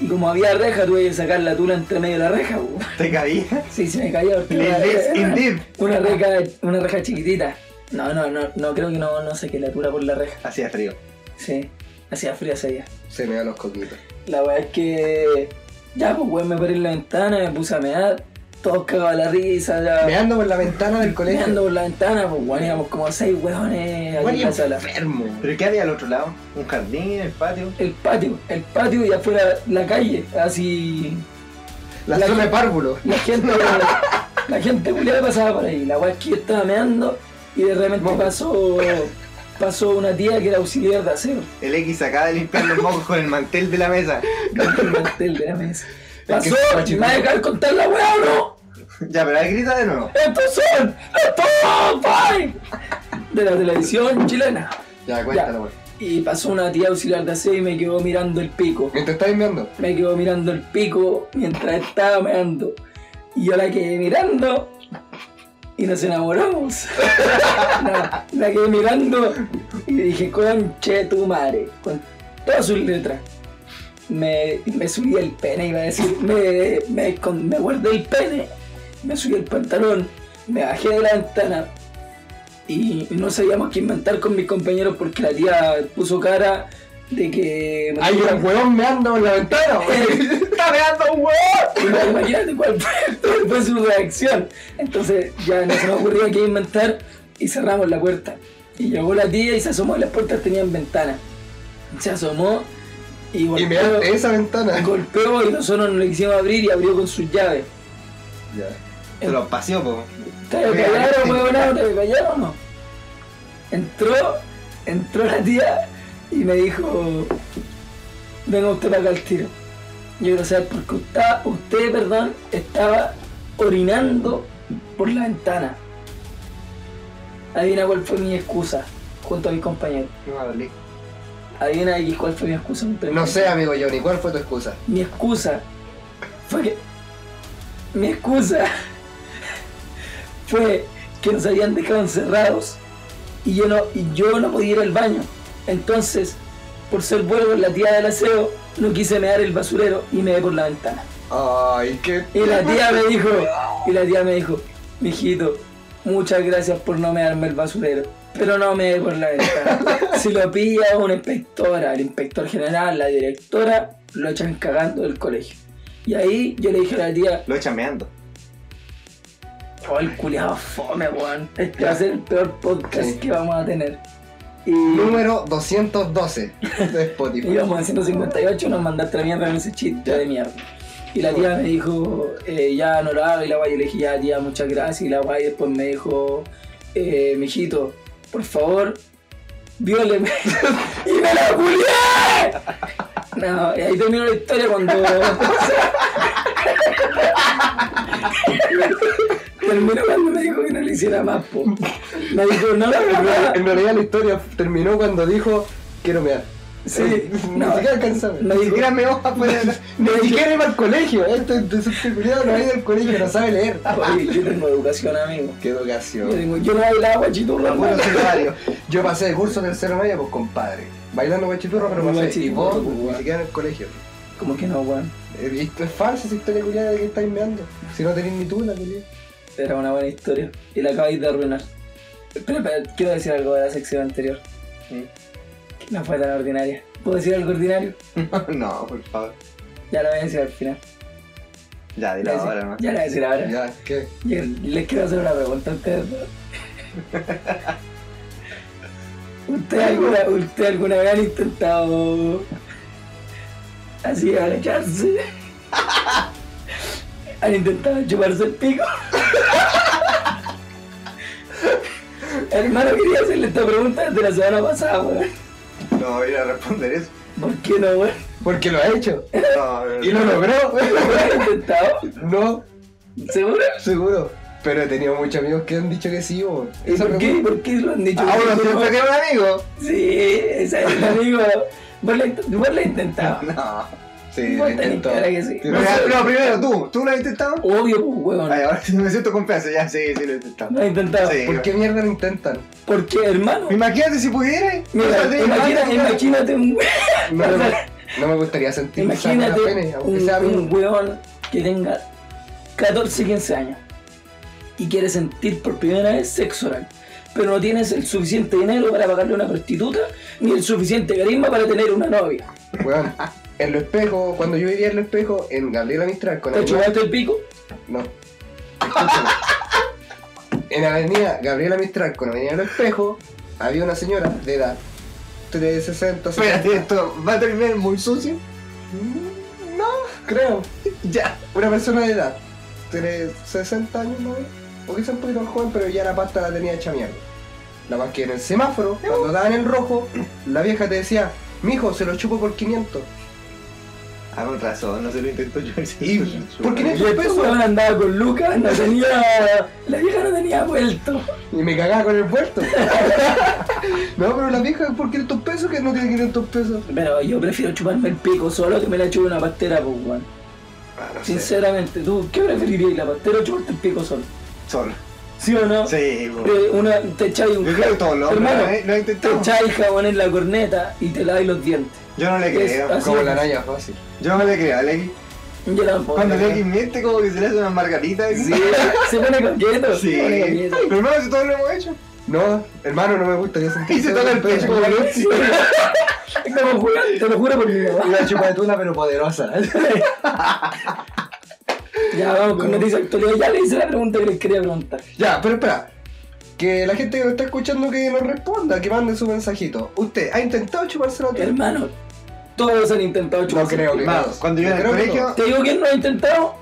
B: y como había reja, tuve que sacar la tula entre medio de la reja, po.
A: Te caí.
B: Sí, se me cayó. porque
A: Lil
B: era-
A: Dix,
B: era
A: indeed.
B: Una reja, una reja chiquitita. No, no, no, no, creo que no, no saqué la tula por la reja.
A: Hacía frío.
B: Sí, hacía frío ese día.
C: Se me dan los coquitos.
B: La weá es que. Ya, pues weón, me paré en la ventana, me puse a mear. Todos cagaban la risa, ya.
C: Meando por la ventana del
B: Meando
C: colegio.
B: por la ventana, pues weón, íbamos como seis weones aquí
C: Güey,
B: en la sala.
C: enfermo.
A: ¿Pero qué había al otro lado? ¿Un jardín, el patio?
B: el patio, el patio y afuera la calle, así
C: La
B: La
C: zona
B: que-
C: de párvulo.
B: la gente, la gente culiada pasaba por ahí, la weá es que yo estaba meando y de repente
C: Moco.
B: pasó, pasó una tía que era auxiliar de aseo,
A: El X acaba de limpiar los mocos con el mantel de la mesa.
B: del mantel de la mesa.
C: Es que
B: Pasó,
C: está
B: y
C: chido.
B: me va a dejar contar la weá o no,
A: Ya, pero ahí grita de nuevo.
B: estos son, estos son, bye, de la televisión chilena.
C: Ya, cuéntalo, pues. güey.
B: Y pasó una tía auxiliar de aseo y me quedó mirando el pico.
C: Mientras estáis meando.
B: me quedó mirando el pico mientras estaba meando. Y yo la quedé mirando y nos enamoramos. No, la quedé mirando y dije, conche tu madre, con todas sus letras. Me, me subí el pene, iba a decir, me, me, con- me guardé el pene, me subí el pantalón, me bajé de la ventana y no sabíamos qué inventar con mis compañeros porque la tía puso cara de que.
C: Hay un huevón meando en la ventana, güey.
A: ¡Está meando un huevo!
B: Imagínate cuál fue, cuál fue su reacción. Entonces ya no se nos ocurría qué inventar y cerramos la puerta. Y llegó la tía y se asomó, las puertas tenían ventana. Se asomó y
C: Y eh.
B: golpeó,
C: measte esa ventana.
B: golpeó y nosotros no le quisimos abrir y abrió con sus llaves.
C: Ya.
A: Te lo paseó, po.
B: ¿Te callaron, huevonado? ¿Te callaron o no? Entró, entró la tía y me dijo, venga usted para acá al tiro. Yo quiero saber por qué usted, usted, perdón, estaba orinando por la ventana. Adivina cuál fue mi excusa junto a mi compañero.
C: No, hablé.
B: Adivina X cuál fue mi excusa. junto a mi
C: No sé,
B: compañero.
C: amigo Johnny, ¿cuál fue tu excusa?
B: Mi excusa fue que. Mi excusa fue que nos habían dejado encerrados y yo no, y yo no podía ir al baño. Entonces, por ser bueno con la tía del aseo, no quise mear el basurero y me por la ventana.
C: Ay, qué.
B: Y la tía me dijo, y la tía me dijo, mijito, muchas gracias por no mearme el basurero, pero no me dé por la ventana. Si lo pilla una inspectora, el inspector general, la directora, lo echan cagando del colegio. Y ahí yo le dije a la tía,
A: Lo echan meando.
B: oh, el culiado fome, weón. Este va a ser el peor podcast
C: Sí.
B: que vamos a tener. Y
C: Número 212 de Spotify.
B: íbamos en 158, nos mandaste la mierda con ese chiste de mierda. Y la tía me dijo, eh, ya no la hago, y la guay, yo le dije, ya tía, muchas gracias, y la guay después me dijo, eh, mijito, por favor, vióleme. y me la culié. No, y ahí terminó la historia cuando... terminó cuando me dijo que no le hiciera más, po. Me dijo, no la
C: En
B: verdad.
C: realidad- En realidad la historia terminó cuando dijo quiero mear.
B: Sí,
C: no,
B: no,
C: ni siquiera alcanzaba.
B: no
C: ni
B: dijo-
C: siquiera me hoja fuera de la- Ni
B: No,
C: siquiera iba al colegio. Este de su seguridad no ha ido al colegio, no sabe leer.
B: Oye, yo tengo educación, amigo.
C: Qué
B: Yo,
C: educación.
B: tengo, yo no bailaba guachiturra,
C: Bueno,
B: weón.
C: secundario. Yo pasé de curso tercero medio, pues compadre. Bailando guachiturro, pero
B: Muy
C: pasé. Y vos,
B: guachiturro, pues,
C: ni
B: guau.
C: siquiera en el colegio.
B: Como que no, weón.
C: Eh, y Esto es falsa esa historia culiada de que estáis meando. Si no tenéis ni tú la culiada.
B: Era una buena historia. Y la acabáis de arruinar. Pero, pero, quiero decir algo de la sección anterior. Que no fue tan ordinaria. ¿Puedo decir algo ordinario?
A: no, por favor.
B: Ya lo voy a decir al final.
A: Ya, dilo
B: Ya sí.
A: ahora, ¿no?
B: Ya lo voy a decir ahora.
C: Ya, ¿qué?
B: Yo les quiero hacer una pregunta a ustedes. dos. ¿Usted alguna, ¿Usted alguna vez han intentado así agacharse? ¿Han intentado chuparse el pico? Hermano, quería hacerle esta pregunta desde la semana pasada, weón.
A: No voy a ir a responder eso.
B: ¿Por qué no, weón?
C: Porque lo ha hecho.
A: No,
C: Y lo logró.
B: ¿Lo han intentado?
C: no,
B: ¿Seguro?
C: seguro. Pero he tenido muchos amigos que han dicho que sí, bo.
B: ¿Y
C: Eso
B: por
C: me-
B: qué, por qué lo han dicho?
A: Ah, bueno,
B: ¿Por qué no?
A: siempre que era un amigo.
B: Sí, ese es el amigo. Vos lo, int- vos lo intentado.
A: No.
C: Sí, lo
B: Vos tenés
C: intentó.
B: cara que sí.
C: Sí,
A: No,
C: lo-
A: no, primero tú. ¿Tú lo has intentado?
B: Obvio, pues, huevón.
A: Ay, ahora sí me siento confianza. Ya, sí, sí lo he intentado.
B: Lo he intentado.
A: Sí.
C: ¿Por qué mierda lo intentan?
B: Porque, hermano,
A: Imagínate si pudiera.
B: mira, imagina- imagínate un,
C: No me, no me gustaría sentir esa
B: imagínate
C: buena pene, aunque
B: un,
C: sea amigo.
B: un huevón que tenga 14, 15 años y quiere sentir por primera vez sexo oral. Pero no tienes el suficiente dinero para pagarle a una prostituta ni el suficiente carisma para tener una novia.
C: Weón, en lo espejo, cuando yo vivía en lo espejo, en Gabriela Mistral, con
B: ¿Te
C: Avenida-
B: chupaste el pico?
C: No. Escúchame. En Avenida Gabriela Mistral, con Avenida El Espejo, había una señora de edad 360, 70.
A: Espérate, esto va a terminar muy sucio.
C: Mm, No, creo.
A: Ya.
C: Una persona de edad, tiene 60 años, ¿no? O quizá un poquito más joven, pero ya la pasta la tenía hecha mierda. La más que en el semáforo, cuando daban el rojo, la vieja te decía, mijo, se lo chupo por 500.
A: Ah, con razón, no se lo intento yo.
C: ¿Y por qué no?
B: Y este huevón andaba con Lucas, no tenía. La vieja no tenía vuelto.
C: Y me cagaba con el puerto. no, pero la vieja, ¿por 500 pesos? Que no tiene 500 pesos.
B: Pero yo prefiero chuparme el pico solo que me la chupe una pastera, pues, weón.
A: Ah, no sé,
B: Sinceramente, ¿tú qué preferirías, la pastera o chuparte el pico solo?
A: solo.
B: ¿Sí o no?
A: Sí, po.
B: Eh, una, te echáis un
A: Yo creo que todos los hombres ¿eh?
B: Hermano,
A: lo han- lo han
B: te
A: intentado.
B: echáis jabón en la corneta y te laváis los dientes.
A: Yo no le
B: Es
A: creo.
B: así.
C: Como la araña fácil.
A: Yo no le creo, Alec.
B: Yo tampoco.
A: Cuando
B: ¿no?
A: ve que miente, como que se le hace una margarita.
C: Sí,
B: Se pone coqueto.
A: Sí.
B: Se pone coqueto.
A: Pero hermano, si todos lo hemos hecho.
C: No, hermano, no me gustaría sentir.
A: Y se toca el pecho como Lucy.
B: Te lo juro, te lo juro por mi mamá.
C: Una chupatuna, pero poderosa.
B: Ya vamos con noticias de actualidad. Ya le hice la pregunta que les quería preguntar.
C: ya, pero espera. Que la gente que nos está escuchando que nos responda, que mande su mensajito. ¿Usted ha intentado chuparse la tele?
B: Hermano, todos han intentado
C: No
B: chuparse.
C: creo que
A: Hermano,
C: todos.
A: cuando yo
C: No
A: era
C: creo
A: en el
C: que
A: colegio,
C: todos.
B: Te digo que no ha intentado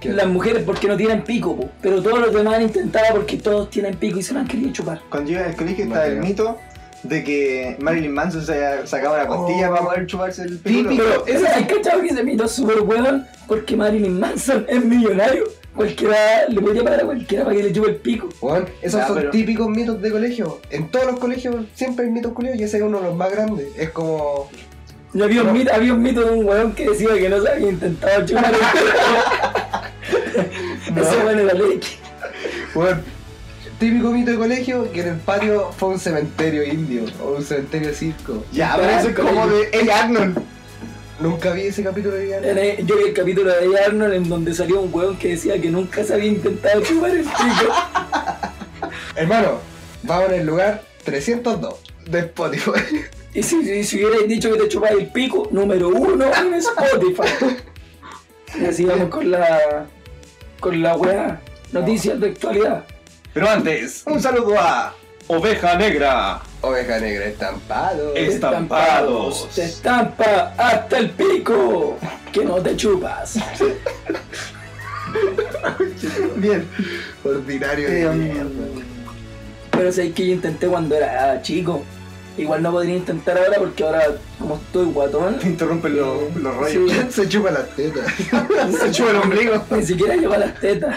C: ¿Qué?
B: las mujeres porque no tienen pico, po. pero todos los demás han intentado porque todos tienen pico y se lo han querido chupar.
A: Cuando yo iba al colegio estaba el
C: creo.
A: mito de que Marilyn Manson se sacaba la pastilla
C: Oh.
A: para poder chuparse el pico.
C: Típico.
B: Pero ese es el cachado que se mito súper hueón porque Marilyn Manson es millonario. Cualquiera le podría pagar a cualquiera para que le chupe el pico.
C: Juan, esos
A: Ya,
C: son
A: pero-
C: típicos mitos de colegio. En todos los colegios siempre hay mitos culiados y ese es uno de los más grandes. Es como.
B: Y había, un mito, había un mito de un hueón que decía que no se había intentado chupar el pico. Ese
C: No.
B: hueón era leche.
C: Bueno, típico mito de colegio que en el patio fue un cementerio indio o un cementerio circo.
A: Ya, pero eso es como de Ed Arnold.
C: Nunca vi ese capítulo de Diana.
B: Era- Yo vi el capítulo de Ed Arnold en donde salió un hueón que decía que nunca se había intentado chupar el pico.
C: Hermano, vamos en el lugar 302 de Spotify.
B: Y si, si, si hubierais dicho que te chupáis el pico, número uno en Spotify. Y así vamos con la. con la weá. Noticias de actualidad.
A: Pero antes, un saludo a Oveja Negra.
C: Oveja negra estampado.
A: Eh. Estampados.
B: Te estampa hasta el pico. Que no te chupas.
A: Bien.
C: Ordinario
A: Eh,
C: de
A: um,
C: mierda.
B: Pero sé que yo intenté cuando era chico. Igual no podría intentar ahora porque ahora, como estoy guatón,
A: Te interrumpen los, los rollos.
B: Sí.
C: Se chupa las tetas.
A: Se chupa el ombligo.
B: ni siquiera llevo las tetas.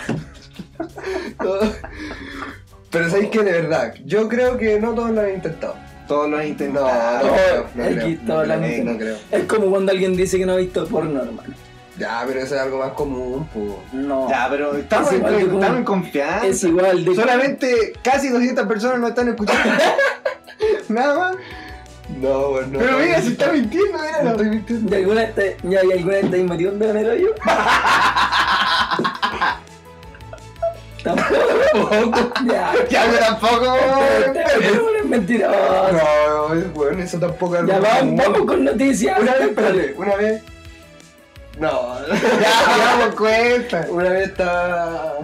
C: Pero sabéis que de verdad, yo creo que no todos lo han intentado.
A: Todos lo han
C: No, Ah, no,
A: intentado.
C: creo, no,
B: Aquí
C: creo,
B: está
C: no,
B: hablando.
C: creo, no creo.
B: Es como cuando alguien dice que no ha visto porno, hermano.
C: Ya, pero eso es algo más común, po.
B: No.
A: Ya, pero estamos,
B: Es
A: en,
B: igual de común.
A: estamos en confianza.
B: Es igual de.
A: Solamente casi 200 personas no están escuchando. Nada más.
C: No, bueno.
A: Pero mira, se está mintiendo,
C: No
A: míralo.
C: estoy mintiendo.
B: ¿Y alguna vez te, ya, ¿y alguna vez te has metido un dedo en el hoyo? Tampoco. ya.
A: Ya, yo tampoco.
B: Es mentiroso.
C: No, es bueno, eso tampoco es algo
B: Ya vamos,
C: común.
B: vamos con noticias.
C: Una vez, espérate, una vez. No,
A: Ya, ya, por cuenta.
C: una vez estaba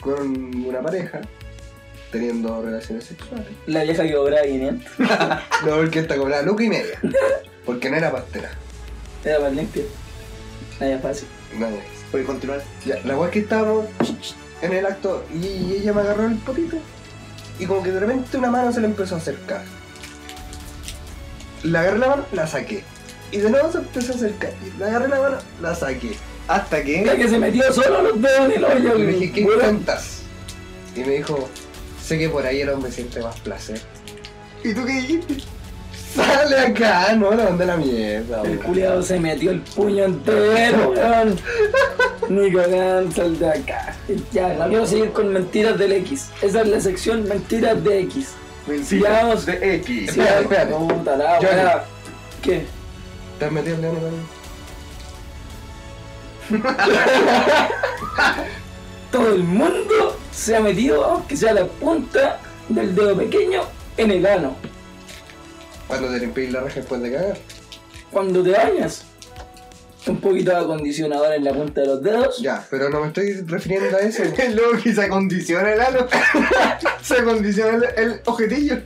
C: con una pareja teniendo relaciones sexuales.
B: La vieja que cobraba 500.
C: No, porque esta cobraba luca y media. Porque no era pastera.
B: Era más limpio. Nada fácil.
C: Nada más.
A: Puedes continuar.
C: Ya, la weá es que estábamos en el acto y, y ella me agarró el potito. Y como que de repente una mano se le empezó a acercar. La agarré la mano, la saqué. Y de nuevo se empezó a acercar. Y la agarré la mano, la saqué.
A: Hasta
B: Mira
A: que.
B: que se metió solo los dedos en el hoyo.
C: Y le dije, ¿qué
B: güey.
C: intentas? Y me dijo, sé que por ahí el hombre siente más placer.
A: ¿Y tú qué dijiste?
C: Sale acá, no, la mandé a la mierda.
B: El
C: weón.
B: culiado se metió el puño entero, weón. Ni cagán, sal de acá. Ya, no quiero seguir con mentiras del X. Esa es la sección mentiras de X. Sigamos.
A: de X.
B: Sí,
C: Espérate, espérate.
B: puta la
C: Johnny.
B: weá. ¿Qué?
C: ¿Te has metido el dedo en el baño?
B: Todo el mundo se ha metido, aunque sea la punta del dedo pequeño, en el ano.
C: Cuando te limpias la raja después de cagar.
B: Cuando te bañas, un poquito de acondicionador en la punta de los dedos.
C: Ya, pero no me estoy refiriendo a eso.
A: El loco que se acondiciona el ano. se acondiciona el, el ojetillo.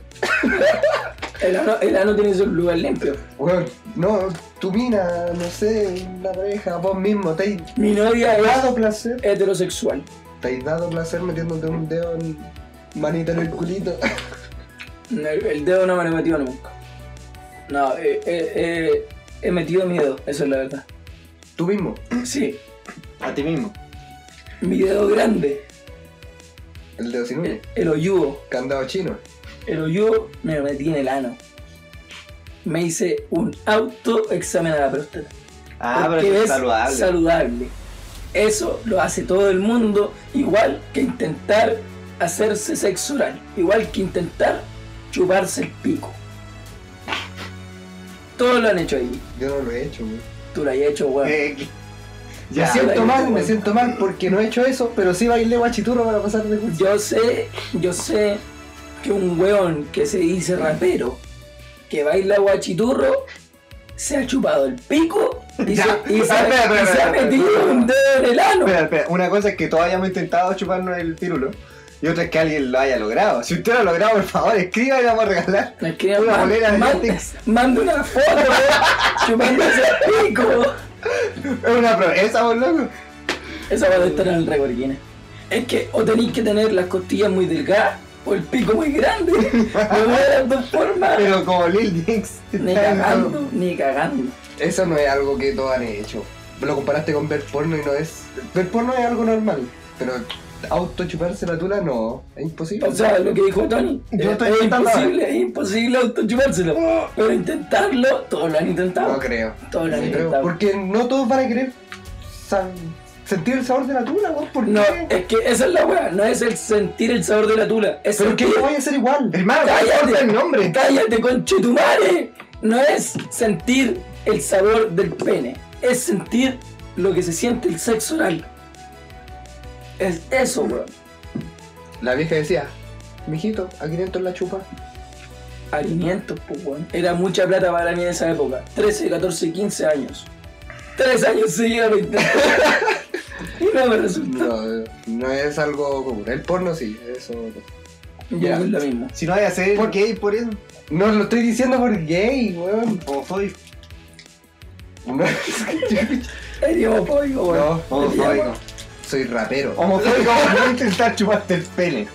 B: El ano, el ano tiene su lugar limpio.
C: Weón, no, tu mina, no sé, la pareja, vos mismo, te has
B: Mi novia
C: dado
B: es
C: placer.
B: heterosexual.
C: Te has dado placer metiéndote un dedo en manita en el culito.
B: No, El, el dedo no me lo he metido nunca. No, eh, eh, eh, he metido mi dedo, eso es la verdad.
C: Tú mismo.
B: Sí,
A: A ti mismo.
B: mi dedo grande,
C: El dedo sin uña.
B: el, el hoyudo,
C: Candado chino.
B: el hoyudo me lo metí en el ano. Me hice un autoexamen a la próstata.
A: Ah, pero
B: porque
A: eso es saludable.
B: saludable. Eso lo hace todo el mundo, igual que intentar hacerse sexo oral, igual que intentar chuparse el pico. Todos lo han hecho ahí.
C: Yo no lo he hecho, weón.
B: Tú lo has hecho, weón.
A: Eh, Ya,
C: me siento
B: ahí,
C: mal, me
B: bueno.
C: siento mal porque no he hecho eso, pero sí bailé guachiturro para pasar de curso.
B: Yo sé, yo sé que un weón que se dice rapero, que baila guachiturro, se ha chupado el pico y se,
A: Ya.
B: y se-
A: Ah, espera, espera,
B: y se ha
A: espera,
B: metido
A: espera.
B: un dedo en el ano.
A: Espera, espera, una cosa es que todavía hemos intentado chuparnos el pirulo y otra es que alguien lo haya logrado. Si usted lo ha logrado, por favor, escriba y le vamos a regalar.
B: Me escribe,
A: Una
B: man-
A: bolera de
B: man-
A: látex.
B: Manda una foto, weón, chupándose el pico.
A: Es una proeza, por loco.
B: Esa va a estar en el récord Guinness. Es que o tenéis que tener las costillas muy delgadas o el pico muy grande. No voy a dar dos formas.
A: Pero como Lil Dix.
B: Ni cagando, ni cagando.
C: Eso no es algo que todos han hecho. Lo comparaste con ver porno y no es. Ver porno es algo normal, pero auto chuparse la tula no, es imposible.
B: O sea, lo que dijo Tony.
A: Yo
B: eh,
A: estoy
B: es
A: intentando. Oh.
B: imposible, es imposible autochupárselo. Pero intentarlo, todos lo han intentado.
C: no creo.
B: Todos lo han
C: No creo,
B: intentado.
C: Porque no todos van a querer sa- sentir el sabor de la tula, weón. ¿Por
B: No,
C: qué?
B: es que esa es la weá, no es el sentir el sabor de la tula. Es
C: Pero que
B: sentir-
C: no vaya a ser igual.
A: Hermano, ¿cuál es
B: ¡Cállate!
A: el nombre?
B: ¡Cállate, conchetumare! No es sentir el sabor del pene, es sentir lo que se siente el sexo oral. Es eso, weón.
C: La vieja decía, mijito, a 500 la chupa.
B: Alimentos, pues, weón. Era mucha plata para mí en esa época. 13, 14, 15 años. Tres años seguidos lo intenté. y no me resultó.
C: No, no es algo común. El porno sí, eso.
B: Ya, es lo mismo.
A: Si no vaya a ser
C: ¿Por
A: ¿Por qué? Por eso.
C: No lo estoy diciendo por gay, weón.
A: Homofóbico.
C: No, es que-
B: Ay, homofóbico, weón.
C: no, homofóbico. Soy rapero.
A: Homofóbico, vamos a intentar chuparte el pene.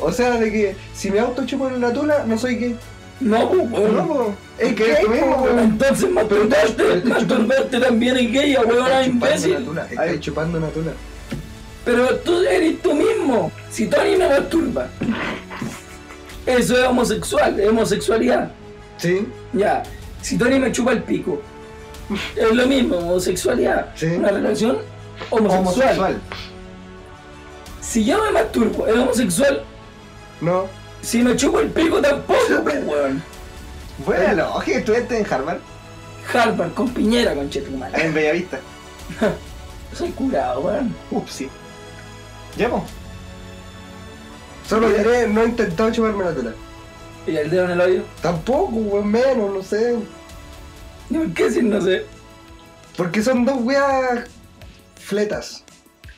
C: O sea, de que si me auto chupo en la tula, no soy gay.
B: No, pues, weón.
A: No, po. es que
C: ¿Qué?
A: es tú mismo,
C: Pero-
A: weón.
B: Entonces masturbarte, masturbarte también es gay, a
C: Estás
B: weón,
C: chupando
B: imbécil.
C: una tula.
A: Ay.
C: Estás chupando una tula.
B: Pero tú eres tú mismo. Si Tony me masturba. Eso es homosexual, es homosexualidad.
C: Sí,
B: Ya. Si Tony me chupa el pico. Es lo mismo, homosexualidad.
C: Sí.
B: Una relación homosexual.
A: Homosexual.
B: Si yo me masturbo, es homosexual.
C: no.
B: Si me chupo el pico tampoco, pues, weón.
A: Buena lógica, estuviste en Harvard,
B: Harvard con piñera, conchetumal.
A: en Bellavista.
B: Soy curado, weón.
A: Upsi. Llamo.
C: Solo diré, no he intentado chuparme la tula.
B: Y el dedo en el hoyo.
C: Tampoco, weón, menos, no sé.
B: ¿Y por qué si no sé?
C: Porque son dos weas fletas.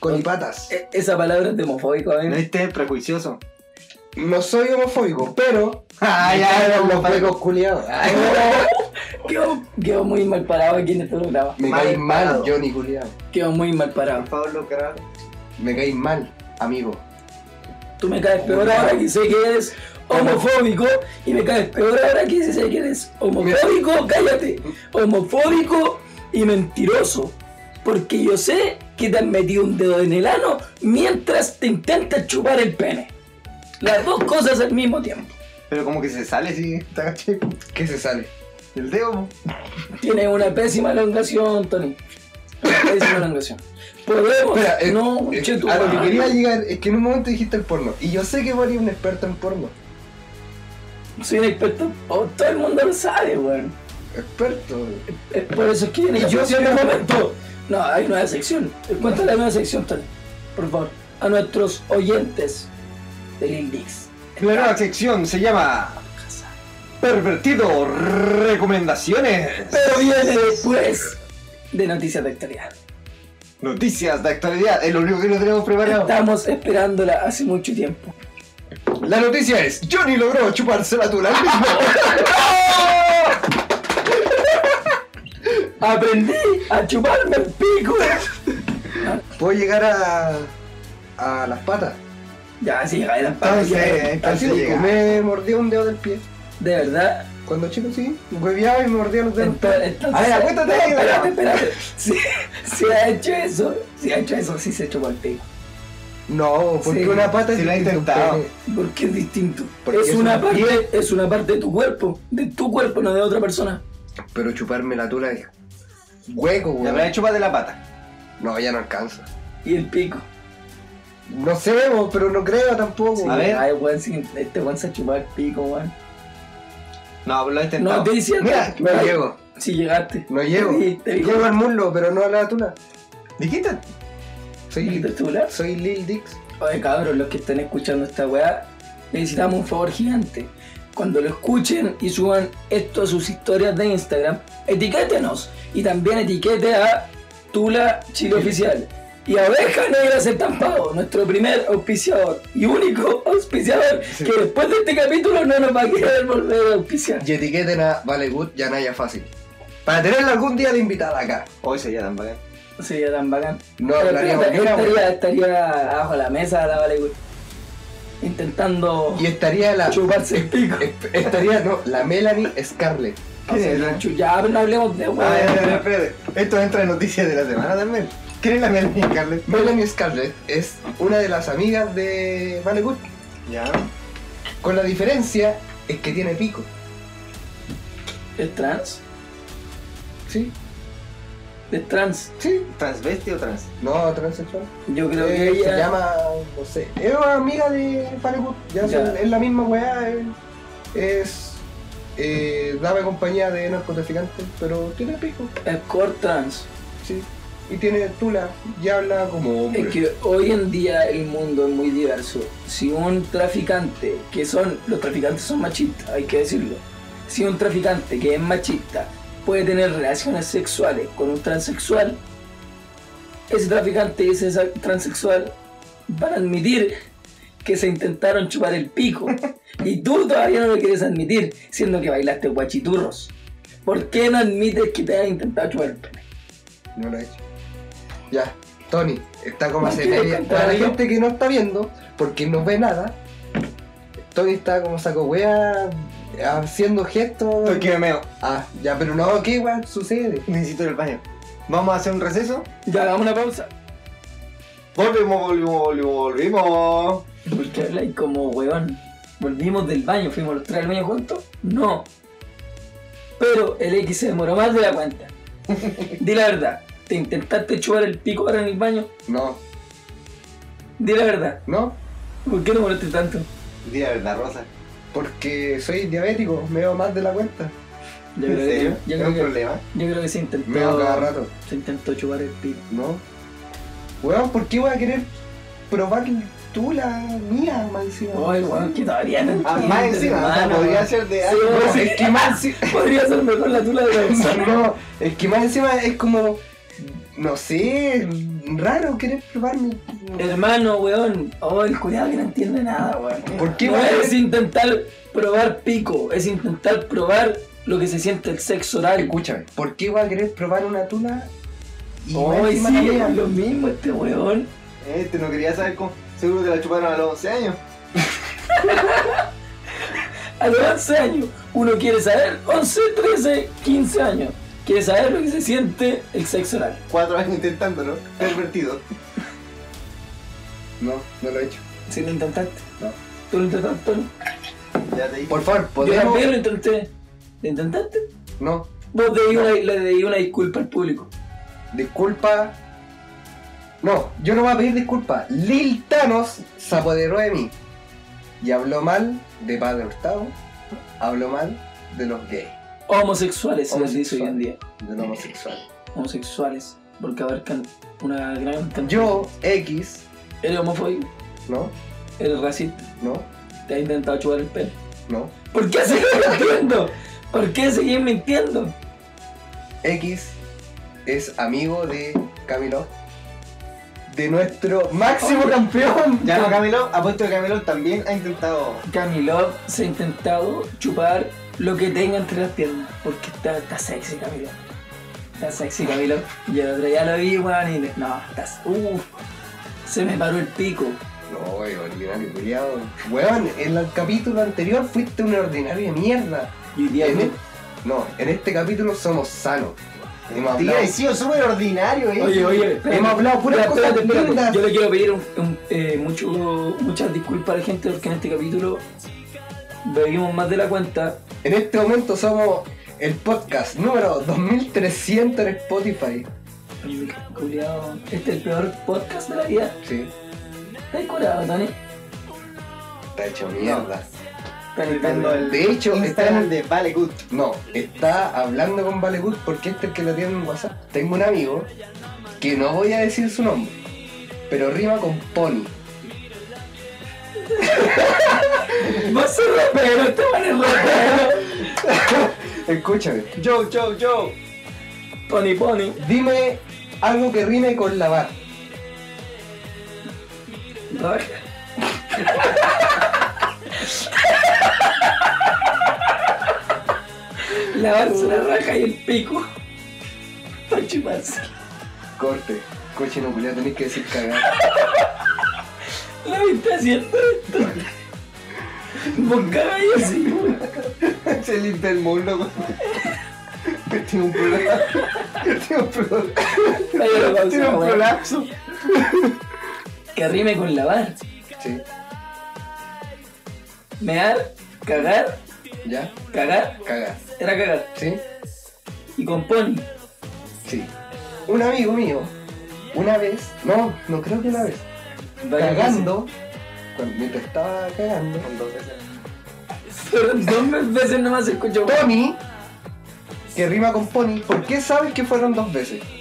C: Con patas.
B: E- esa palabra es demofóbica,
C: ¿Eh?
A: No
B: weón.
A: estés prejuicioso.
C: No soy homofóbico, pero.
A: Ay,
C: me
A: ay,
C: cargan los
A: homofóbico.
C: huecos culiados.
B: Quedo, quedo muy mal parado aquí en este programa.
C: Me
A: Mal
C: caí mal,
A: parado.
C: Johnny culiado.
B: Quedo muy mal parado.
A: Pablo Carvalho.
C: Me caí mal, amigo.
B: Tú me caes peor ahora que sé que eres homofóbico y me caes peor ahora que sé que eres homofóbico, cállate, homofóbico y mentiroso. Porque yo sé que te has metido un dedo en el ano mientras te intentas chupar el pene. Las dos cosas al mismo tiempo.
A: Pero como que se sale, sí, está caché.
C: ¿Qué se sale?
A: El dedo. po.
B: Tienes una pésima elongación, Tony. Una pésima elongación. Podemos.
C: Espera, eh,
B: no,
C: eh,
B: che, tu
C: a lo
A: ah.
C: que
B: madre.
C: quería llegar es que en un momento dijiste el porno. Y yo sé que vos eres un experto en porno.
B: Soy un experto. oh, todo el mundo lo sabe, weón.
C: Experto.
B: Es Eh, por eso es que viene
C: Y
B: la
C: yo
B: sección de
C: siempre-
B: momento. No, hay nueva sección. Eh, Cuéntale la nueva sección, Tony. Por favor, a nuestros oyentes de Lil Dix.
A: La nueva sección se llama Pervertido Recomendaciones.
B: Pero viene después de Noticias de Actualidad.
A: Noticias de actualidad, es lo único que no tenemos preparado.
B: Estamos esperándola hace mucho tiempo.
A: La noticia es, Johnny logró chuparse la tula al mismo.
B: Aprendí a chuparme el pico.
C: Puedo llegar a. a las patas.
B: ya, sí, a ver,
A: Ah, Entonces,
C: Así
A: entonces
C: digo,
A: llega.
C: me mordió un dedo del pie.
B: De verdad.
C: Cuando chico sí, hueveaba y me mordía los dedos.
B: Ento- entonces-
A: A ver, acuéstate ahí,
B: No, espérate,
A: weón.
B: espérate. Si, si ha hecho eso, si ha hecho eso, sí se chupó el pico.
C: No, porque
B: Sí,
C: una pata
A: sí lo he
C: distinto,
A: intentado.
C: pene.
B: Porque es distinto.
C: Porque
B: es,
C: es
B: una
C: una
B: parte, es una parte de tu cuerpo, de tu cuerpo, no de otra persona.
C: Pero chuparme la tula es hueco,
A: La
C: weón.
A: verdad, chúpate la pata.
C: No, ya no alcanza.
B: Y el pico.
C: No sé, weón, pero no creo tampoco.
B: Sí,
A: A ver.
B: Ay, weón, sí, este weón se chupó el pico, weón.
A: No, lo he
B: No,
A: intentado.
B: te diciendo.
A: Mira,
C: No llego,
B: Si llegaste.
C: no llego.
B: Sí, te vi.
C: Llego al muslo, pero no a la tula.
A: Dijiste,
C: Soy
B: ¿Y
C: Lil,
B: titular?
C: soy Lil Dix.
B: Oye, cabros, los que están escuchando esta weá, necesitamos un favor gigante. Cuando lo escuchen y suban esto a sus historias de Instagram, etiquétenos. Y también etiquete a Tula Chile Oficial. Y a Oveja Negra Estampado, nuestro primer auspiciador y único auspiciador
C: Sí.
B: que después de este capítulo no nos va a querer volver a auspiciar.
C: Y etiqueten a Vale Good y a Naya Fácil. Para tenerla algún día de invitada acá.
A: hoy sería tan bacán.
B: Sería tan bacán.
C: No
B: Pero
C: hablaríamos
B: espérate,
C: ni una
B: estaría, estaría abajo de la mesa, la vale, güey. Intentando
C: Y estaría la.
B: chuparse el pico.
C: esp- Estaría, no, la Melanie Scarlett.
A: ¿Quién es la-
B: Chu- Ya no hablemos de
A: Ah, ya, ya, ya,
B: weón.
A: espérate. Esto entra en noticias de la semana también. ¿Quién es la Melanie Carlet?
C: Melanie Scarlett es una de las amigas de Vale Good.
A: Ya.
C: Con la diferencia es que tiene pico.
B: ¿Es trans?
C: ¿Sí?
B: ¿Es trans?
C: ¿Sí?
A: ¿Transvesti o trans?
C: No, transexual.
B: Yo creo
C: Eh,
B: que ella.
C: Se llama, no sé, es una amiga de Parecut, ya,
B: Ya.
C: son- es la misma weá, es, es eh, dame compañía de narcotraficantes, pero tiene pico,
B: Es core trans.
C: sí, y tiene tula, y habla como hombre.
B: Es que hoy en día el mundo es muy diverso. Si un traficante, que son. Los traficantes son machistas, hay que decirlo. Si un traficante que es machista puede tener relaciones sexuales con un transexual, ese traficante y ese sa- transexual van a admitir que se intentaron chupar el pico. Y tú todavía no lo quieres admitir, siendo que bailaste guachiturros. ¿Por qué no admites que te hayan intentado chupar el pene?
C: No lo he hecho. Ya, Tony, está como
B: No quiero
C: seria.
B: contar
C: Para la
B: yo.
C: gente que no está viendo, porque no ve nada, Tony está como saco wea, haciendo gestos.
A: Estoy que me meo.
C: Ah, ya, pero no, ¿qué wea sucede?
A: Necesito ir al baño. Vamos a hacer un receso.
B: Ya, hagamos una pausa.
A: Volvimos, volvimos, volvimos, volvimos.
B: Porque habláis como weón. Volvimos del baño, fuimos los tres al baño juntos. No. Pero el X se demoró más de la cuenta. Di la verdad. ¿Te intentaste chupar el pico ahora en el baño?
C: No,
B: Di la verdad.
C: no,
B: ¿Por qué no molaste tanto?
A: Dí la verdad, Rosa.
C: Porque soy diabético, me veo más de la cuenta.
B: Yo
A: ¿En
B: creo que-
A: serio?
B: yo
A: ¿Es
B: creo
A: un
B: que-
A: problema?
B: Yo creo que se intentó.
C: Me veo cada rato,
B: Se intentó chupar el pico.
C: ¿no? Weón, ¿por qué voy a querer probar tú la mía, más encima?
B: Ay, weón, que todavía no
A: Ah, más
B: entiendes,
A: encima, o sea,
B: hermano,
A: podría
B: weón.
A: ser de
B: Sí,
A: algo.
B: weón.
C: No, es que más enci-
B: Podría ser mejor la tula de la persona.
C: No, es que más encima es como. No sé, raro querer probar mi.
B: Hermano, weón. Oh, el cuidado que no entiende nada, weón.
C: ¿Por qué,
B: no
C: weón?
B: es intentar probar pico, es intentar probar lo que se siente el sexo oral.
C: Escúchame, ¿por qué voy a querer probar una tula? Y más
B: Hoy Oh, sí,
C: encima la mía?
B: es lo mismo este weón.
A: Este no quería saber cómo. Seguro te la chuparon a los 11 años.
B: A los 11 años, uno quiere saber, 11, 13, 15 años, quiere saber lo que se siente el sexo oral.
A: Cuatro años intentándolo. Pervertido.
C: No, no lo he hecho.
B: Si lo intentaste,
C: No.
B: tú lo intentaste, Tony?
A: Ya te dije.
C: Por favor,
B: Yo
C: podemos.
B: también lo intenté. ¿Lo intentaste?
C: No,
B: Vos debí una- le debí una disculpa al público.
C: disculpa. No, yo no voy a pedir disculpas. Lil Thanos se apoderó de mí. Y habló mal de Padre Hurtado. Habló mal de los gays,
B: Homosexuales, se les dice hoy en
C: Homosexuales.
B: día.
C: de los homosexuales.
B: Homosexuales, porque abarcan una gran cantidad.
C: Yo, X,
B: Eres homofóbico,
C: no,
B: eres racista,
C: no,
B: te has intentado chupar el pelo.
C: no.
B: ¿Por qué seguís mintiendo? ¿Por qué seguís mintiendo?
C: X es amigo de Camilo. De nuestro máximo
B: Hombre.
C: campeón.
A: Ya no, Camilo. Apuesto que Camilo también ha intentado.
B: Camilo se ha intentado chupar lo que tenga entre las piernas, porque está, está sexy Camilo. Está sexy Camilo. Y el otro día lo vi, weón, y le- no, estás... Uf, se me paró el pico.
C: No, wey, ordinario culiado. Weón, en el capítulo anterior fuiste un ordinario de mierda.
B: Y hoy día
C: En
B: no.
C: e- no, en este capítulo somos sanos. Hemos
A: Tía,
C: hablado,
A: he sido súper ordinario, eh.
B: Oye, oye, espérate.
C: hemos hablado puras
B: Espérate,
C: cosas
B: espérate, espérate.
C: lindas.
B: Yo le quiero pedir un- un, eh, mucho, muchas disculpas a la gente porque en este capítulo bebimos más de la cuenta.
C: En este momento somos el podcast número 2300 en Spotify.
B: Oye, culiao, Este es el peor podcast de la vida.
C: Sí,
B: ¿Estás curado, Tony?
C: está hecho mierda.
B: calentando el.
C: De hecho,
A: Instagram
C: está-
A: de Vale Good.
C: No, está hablando con Valegut porque este es el que lo tiene en WhatsApp. Tengo un amigo que no voy a decir su nombre, pero rima con Pony.
B: Vos sos rapero, este man es rapero.
C: Escúchame,
A: Yo, yo, yo.
B: Pony Pony.
C: dime algo que rime con lavar.
B: Raja. Lavarse la raja y el pico. Para chuparse.
C: Corte, coche nuclear, tenés que decir cagar.
B: La vista haciendo esto. Vos cagas y así, güey.
A: Es el intermundo. güey.
C: Tengo un problema. Tengo un problema.
B: Ahí lo
A: Tiene
B: pausa,
A: un
B: güey.
A: colapso.
B: Que rime con lavar.
C: Sí,
B: Mear, cagar,
C: ya,
B: cagar,
C: cagar.
B: era cagar.
C: Sí,
B: Y con pony.
C: sí. Un amigo mío, una vez, no, no creo que una vez,
B: Varias
C: cagando, cuando, mientras estaba cagando,
B: veces. Pero dos veces nomás escucho.
C: Pony, que rima con Pony, ¿por qué sabes que fueron dos veces?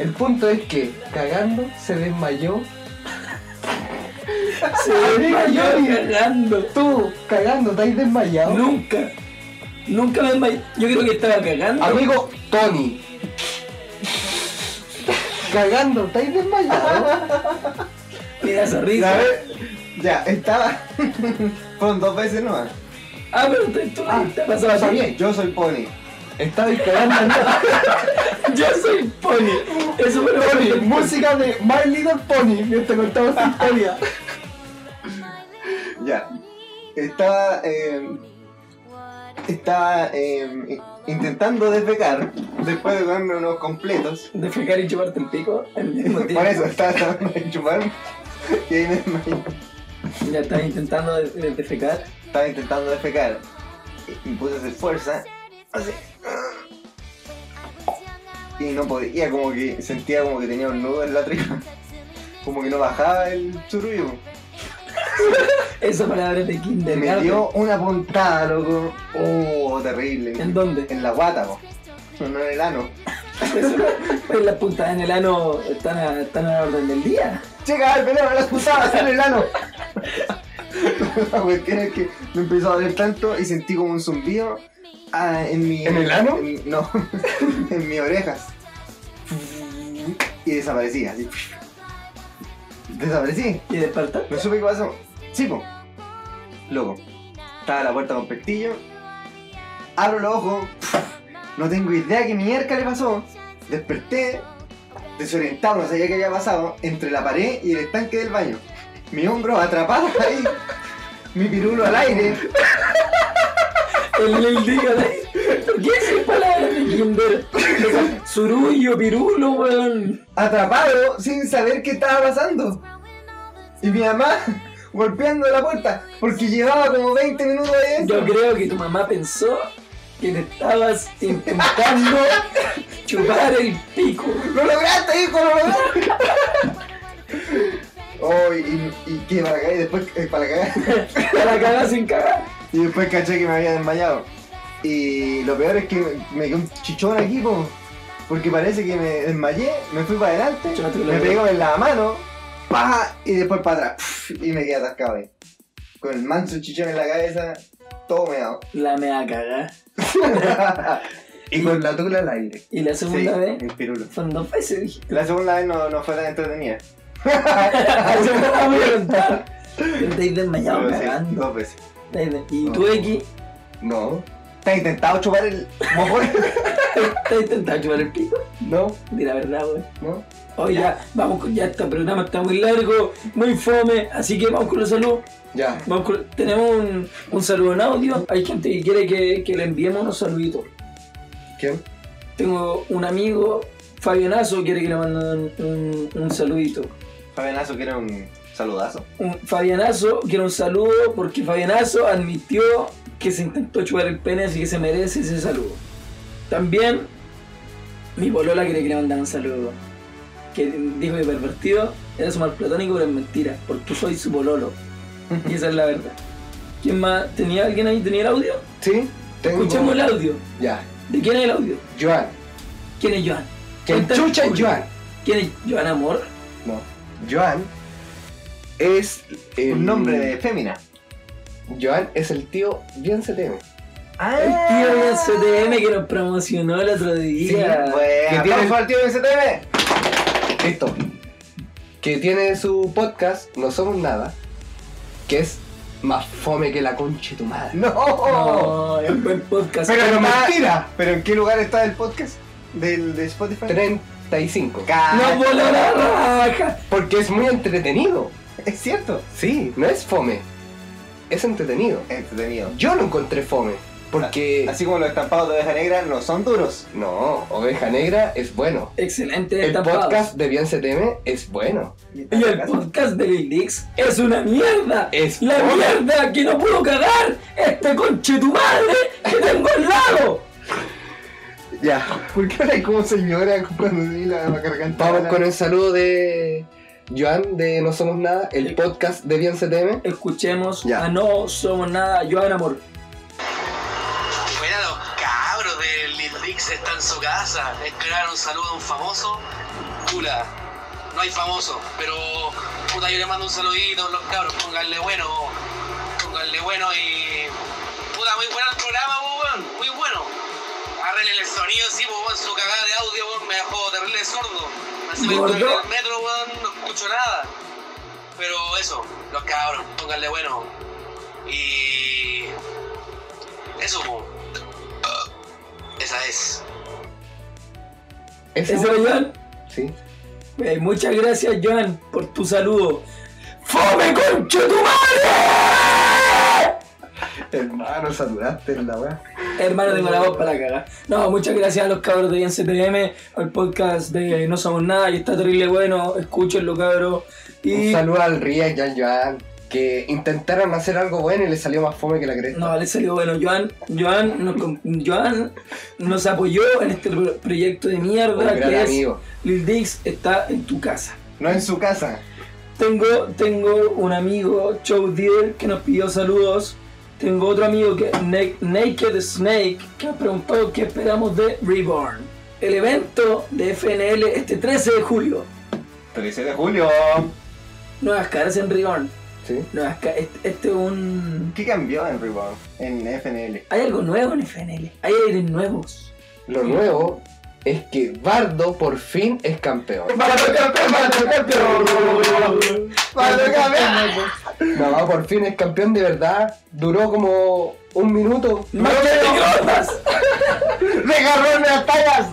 C: El punto es que cagando se desmayó,
B: Se desmayó cagando.
C: tú cagando te has desmayado.
B: Nunca. Nunca me desmayé. Yo creo que estaba cagando.
C: Amigo Tony, cagando te has desmayado.
B: Mira esa
A: Ya,
B: risa.
A: ve- ya, estaba. Fueron dos veces nomás.
B: Ah, pero te, tú
C: Ah,
B: te pasaba
C: está
B: también.
C: bien.
A: Yo soy Pony.
C: Estabas cagando
B: Yo soy Pony. Eso fue lo
C: Pony,
B: que
C: música de My Little Pony mientras contaba esta historia.
A: Ya. Estaba. eh, estaba eh, intentando despegar después de darme unos completos.
B: De fijar y chuparte el pico al mismo tiempo.
A: Por eso estaba tratando de chuparme. Y ahí me desmayé.
B: Ya estás intentando identificar.
A: Estaba intentando defecar y, y puse a hacer fuerza. Así. Y no podía, como que sentía como que tenía un nudo en la tripa. Como que no bajaba el churullo.
B: Esa palabra es de
A: Me
B: Kinder.
A: dio una puntada, loco. Oh, terrible.
B: ¿En dónde?
A: En la guata, po. No en el ano.
B: Eso, pues las puntadas en el ano están a, están a la orden del día.
A: Llega el pelero, las puntadas en el ano. La cuestión es que me empezó a doler tanto y sentí como un zumbido ah, en mi.
C: ¿En el ano?
A: en- no, en mis orejas. Y desaparecí, así. Desaparecí.
B: Y despertar.
A: No supe qué pasó. Sí, po. Loco. Estaba la puerta con pestillo. Abro los ojos. No tengo idea qué mierda le pasó. Desperté. Desorientado, no sabía qué había pasado. Entre la pared y el estanque del baño. Mi hombro atrapado ahí. Mi pirulo al aire.
B: El, el día de. ¿Qué es esa palabra de Kinder? Esa- Surullo, pirulo, weón.
A: Atrapado sin saber qué estaba pasando. Y mi mamá golpeando la puerta. Porque llevaba como 20 minutos de eso.
B: Yo creo que tu mamá pensó que le estabas intentando chupar el pico.
A: ¡Lo lograste, hijo! ¡Lo lograste! oh, y, y que para caer, después eh, para caer.
B: Para cagar sin cagar.
A: Y después caché que me había desmayado. Y lo peor es que me- me quedó un chichón aquí, po, porque parece que me desmayé, me fui para adelante,
B: Chate,
A: me
B: la
A: pegó en la mano, paja, y después para atrás. pf, Y me quedé atascado ahí. Con el manso chichón en la cabeza, todo meado.
B: La me a cagar.
C: Y con la tula al aire.
B: Y la segunda
A: Sí,
B: vez,
A: el pirulo.
B: son dos veces, dije.
A: La segunda vez no, no fue tan entretenida.
B: Así me la voy a contar. Pero te has desmayado
A: Pero sí,
B: cagando.
A: dos veces.
B: Te has de- Y tú, X,
C: No,
A: ¿Te has intentado chupar el mojón?
B: te has intentado chupar el pico.
C: no,
B: Di la verdad, weón.
C: no.
B: Hoy ya, vamos con ya este programa está muy largo, muy fome, así que vamos con los saludos.
C: Ya,
B: Vamos con- tenemos un, un saludo en audio. Hay gente que quiere que, que le enviemos unos saluditos.
C: ¿quién?
B: Tengo un amigo, Fabionazo, quiere que le mande un, un- un saludito.
A: Fabianazo que era un saludazo.
B: Un- Fabianazo quiere un saludo porque Fabianazo admitió que se intentó chupar el pene, así que se merece ese saludo. También mi bolola quiere que le mandara un saludo. Que dijo que pervertido era su mal platónico, pero es mentira, porque soy su bololo. Y esa es la verdad. ¿Quién más? ¿Tenía alguien ahí? ¿Tenía el audio?
C: ¿Sí? Tengo...
B: Escuchemos el audio.
C: Ya.
B: ¿De quién es el audio?
C: Joan.
B: ¿Quién es Joan?
C: ¿Quién
B: Cuéntale,
C: chucha es
B: público.
C: Joan?
B: ¿Quién es Joan Amor?
C: No. Joan es. el-
D: Un nombre de fémina.
C: Joan es el tío bien CTM.
B: El
D: Ah.
B: tío de CTM que nos promocionó el otro
D: Sí,
B: día.
D: pues,
C: Que tiene-
D: aplauso al tío de STV.
C: Listo. Que tiene su podcast No Somos Nada. Que es más fome que la concha de tu madre.
D: No.
B: No, es buen podcast.
D: Pero
C: Pero
D: no
C: está-
D: mentira. ¿Pero en qué lugar está el podcast? Del de Spotify.
C: 35.
D: Ca-
B: ¡Nos voló la raja!
C: Porque es muy entretenido.
D: Es cierto.
C: Sí, no es fome. Es entretenido.
D: Entretenido.
C: Yo no encontré fome.
B: Ah,
C: Porque.
D: Así como los estampados de oveja negra no son duros.
C: No, Oveja Negra es bueno.
B: Excelente
C: El
B: estampado.
C: podcast de Bien CTM es bueno.
B: Y el podcast de Lil Dix es una mierda.
C: Es
B: la
C: fome.
B: mierda que no pudo cagar este conche tu madre que tengo al lado.
D: Ya. ¿Por qué hablas como señora cuando vi la la garganta?
C: Vamos con el saludo de Joan de No Somos Nada, el podcast de Bien CTM.
B: Escuchemos
D: Ya.
B: a No Somos Nada, Joan Amor.
E: Fuera los cabros de Lil Dix está en su casa. Esperar un saludo a un famoso. Pula, no hay famoso, pero puta yo le mando un saludito a los cabros, pónganle bueno, pónganle bueno y. Puta, muy bueno el programa, po, weón, muy bueno. Arreglen el sonido, sí, po, weón, su cagada de audio, weón, me dejó terrible sordo. Así me
B: Gordo.
E: estoy en el metro, weón, no escucho nada. Pero eso, los cabros, pónganle bueno. Y. Eso, po. Esa es.
C: ¿Ese?
B: ¿Ese era Joan?
C: Sí.
B: Eh, muchas gracias, Joan, por tu saludo. ¡Fome conche tu madre!
D: Hermano, saludaste en la weá.
B: Hermano, tengo la voz para cagar. No, muchas gracias a los cabros de INCTM, al podcast de No Somos Nada, y está terrible bueno, escúchenlo, cabros.
C: Un
B: Y...
C: saludo al Ria y al Joan, que intentaron hacer algo bueno y les salió más fome que la cresta.
B: No, le salió bueno. Joan, Joan, nos, con- Joan nos apoyó en este pro- proyecto de
C: Un
B: mierda
C: gran
B: que es
C: amigo.
B: Lil Dix está en tu casa.
D: No en su casa.
B: Tengo, tengo un amigo, Joe Deer, que nos pidió saludos. Tengo otro amigo que Na- Naked Snake, que nos preguntó qué esperamos de Reborn. El evento de FNL este 13 de julio.
D: 13 de julio.
B: Nuevas caras en Reborn.
C: ¿Sí?
B: Nuevas ca- este, este es un...
D: ¿Qué cambió en Reborn? En FNL.
B: Hay algo nuevo en FNL. Hay aires nuevos.
C: Lo nuevo es que Bardo por fin es campeón. No, por fin es campeón de verdad. Duró como un minuto.
B: ¡Más que microondas!
D: ¡Regarrón de las tallas!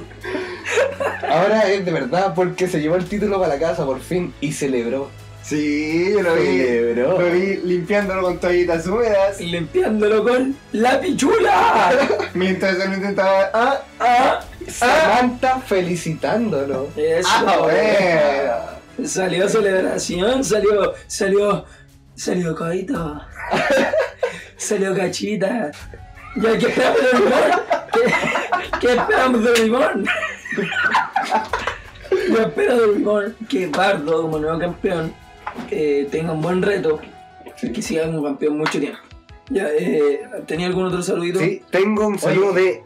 C: Ahora es de verdad porque se llevó el título para la casa por fin y celebró.
D: Sí, yo lo vi.
C: Celebró.
D: Lo vi limpiándolo con toallitas húmedas.
B: limpiándolo con la pichula.
D: Mientras él intentaba. ¡Ah!
B: Ah,
C: Samantha felicitándolo.
B: eso.
D: ¡Ah, bueno!
B: Salió celebración, salió, salió, salió coito, salió cachita. Ya que esperamos de limón, ¿Qué, qué esperamos de limón. Yo espero de limón que Bardo, como nuevo campeón, eh, tenga un buen reto y que siga como campeón mucho tiempo. Ya, eh, ¿Tenía algún otro saludito?
C: Sí, tengo un saludo de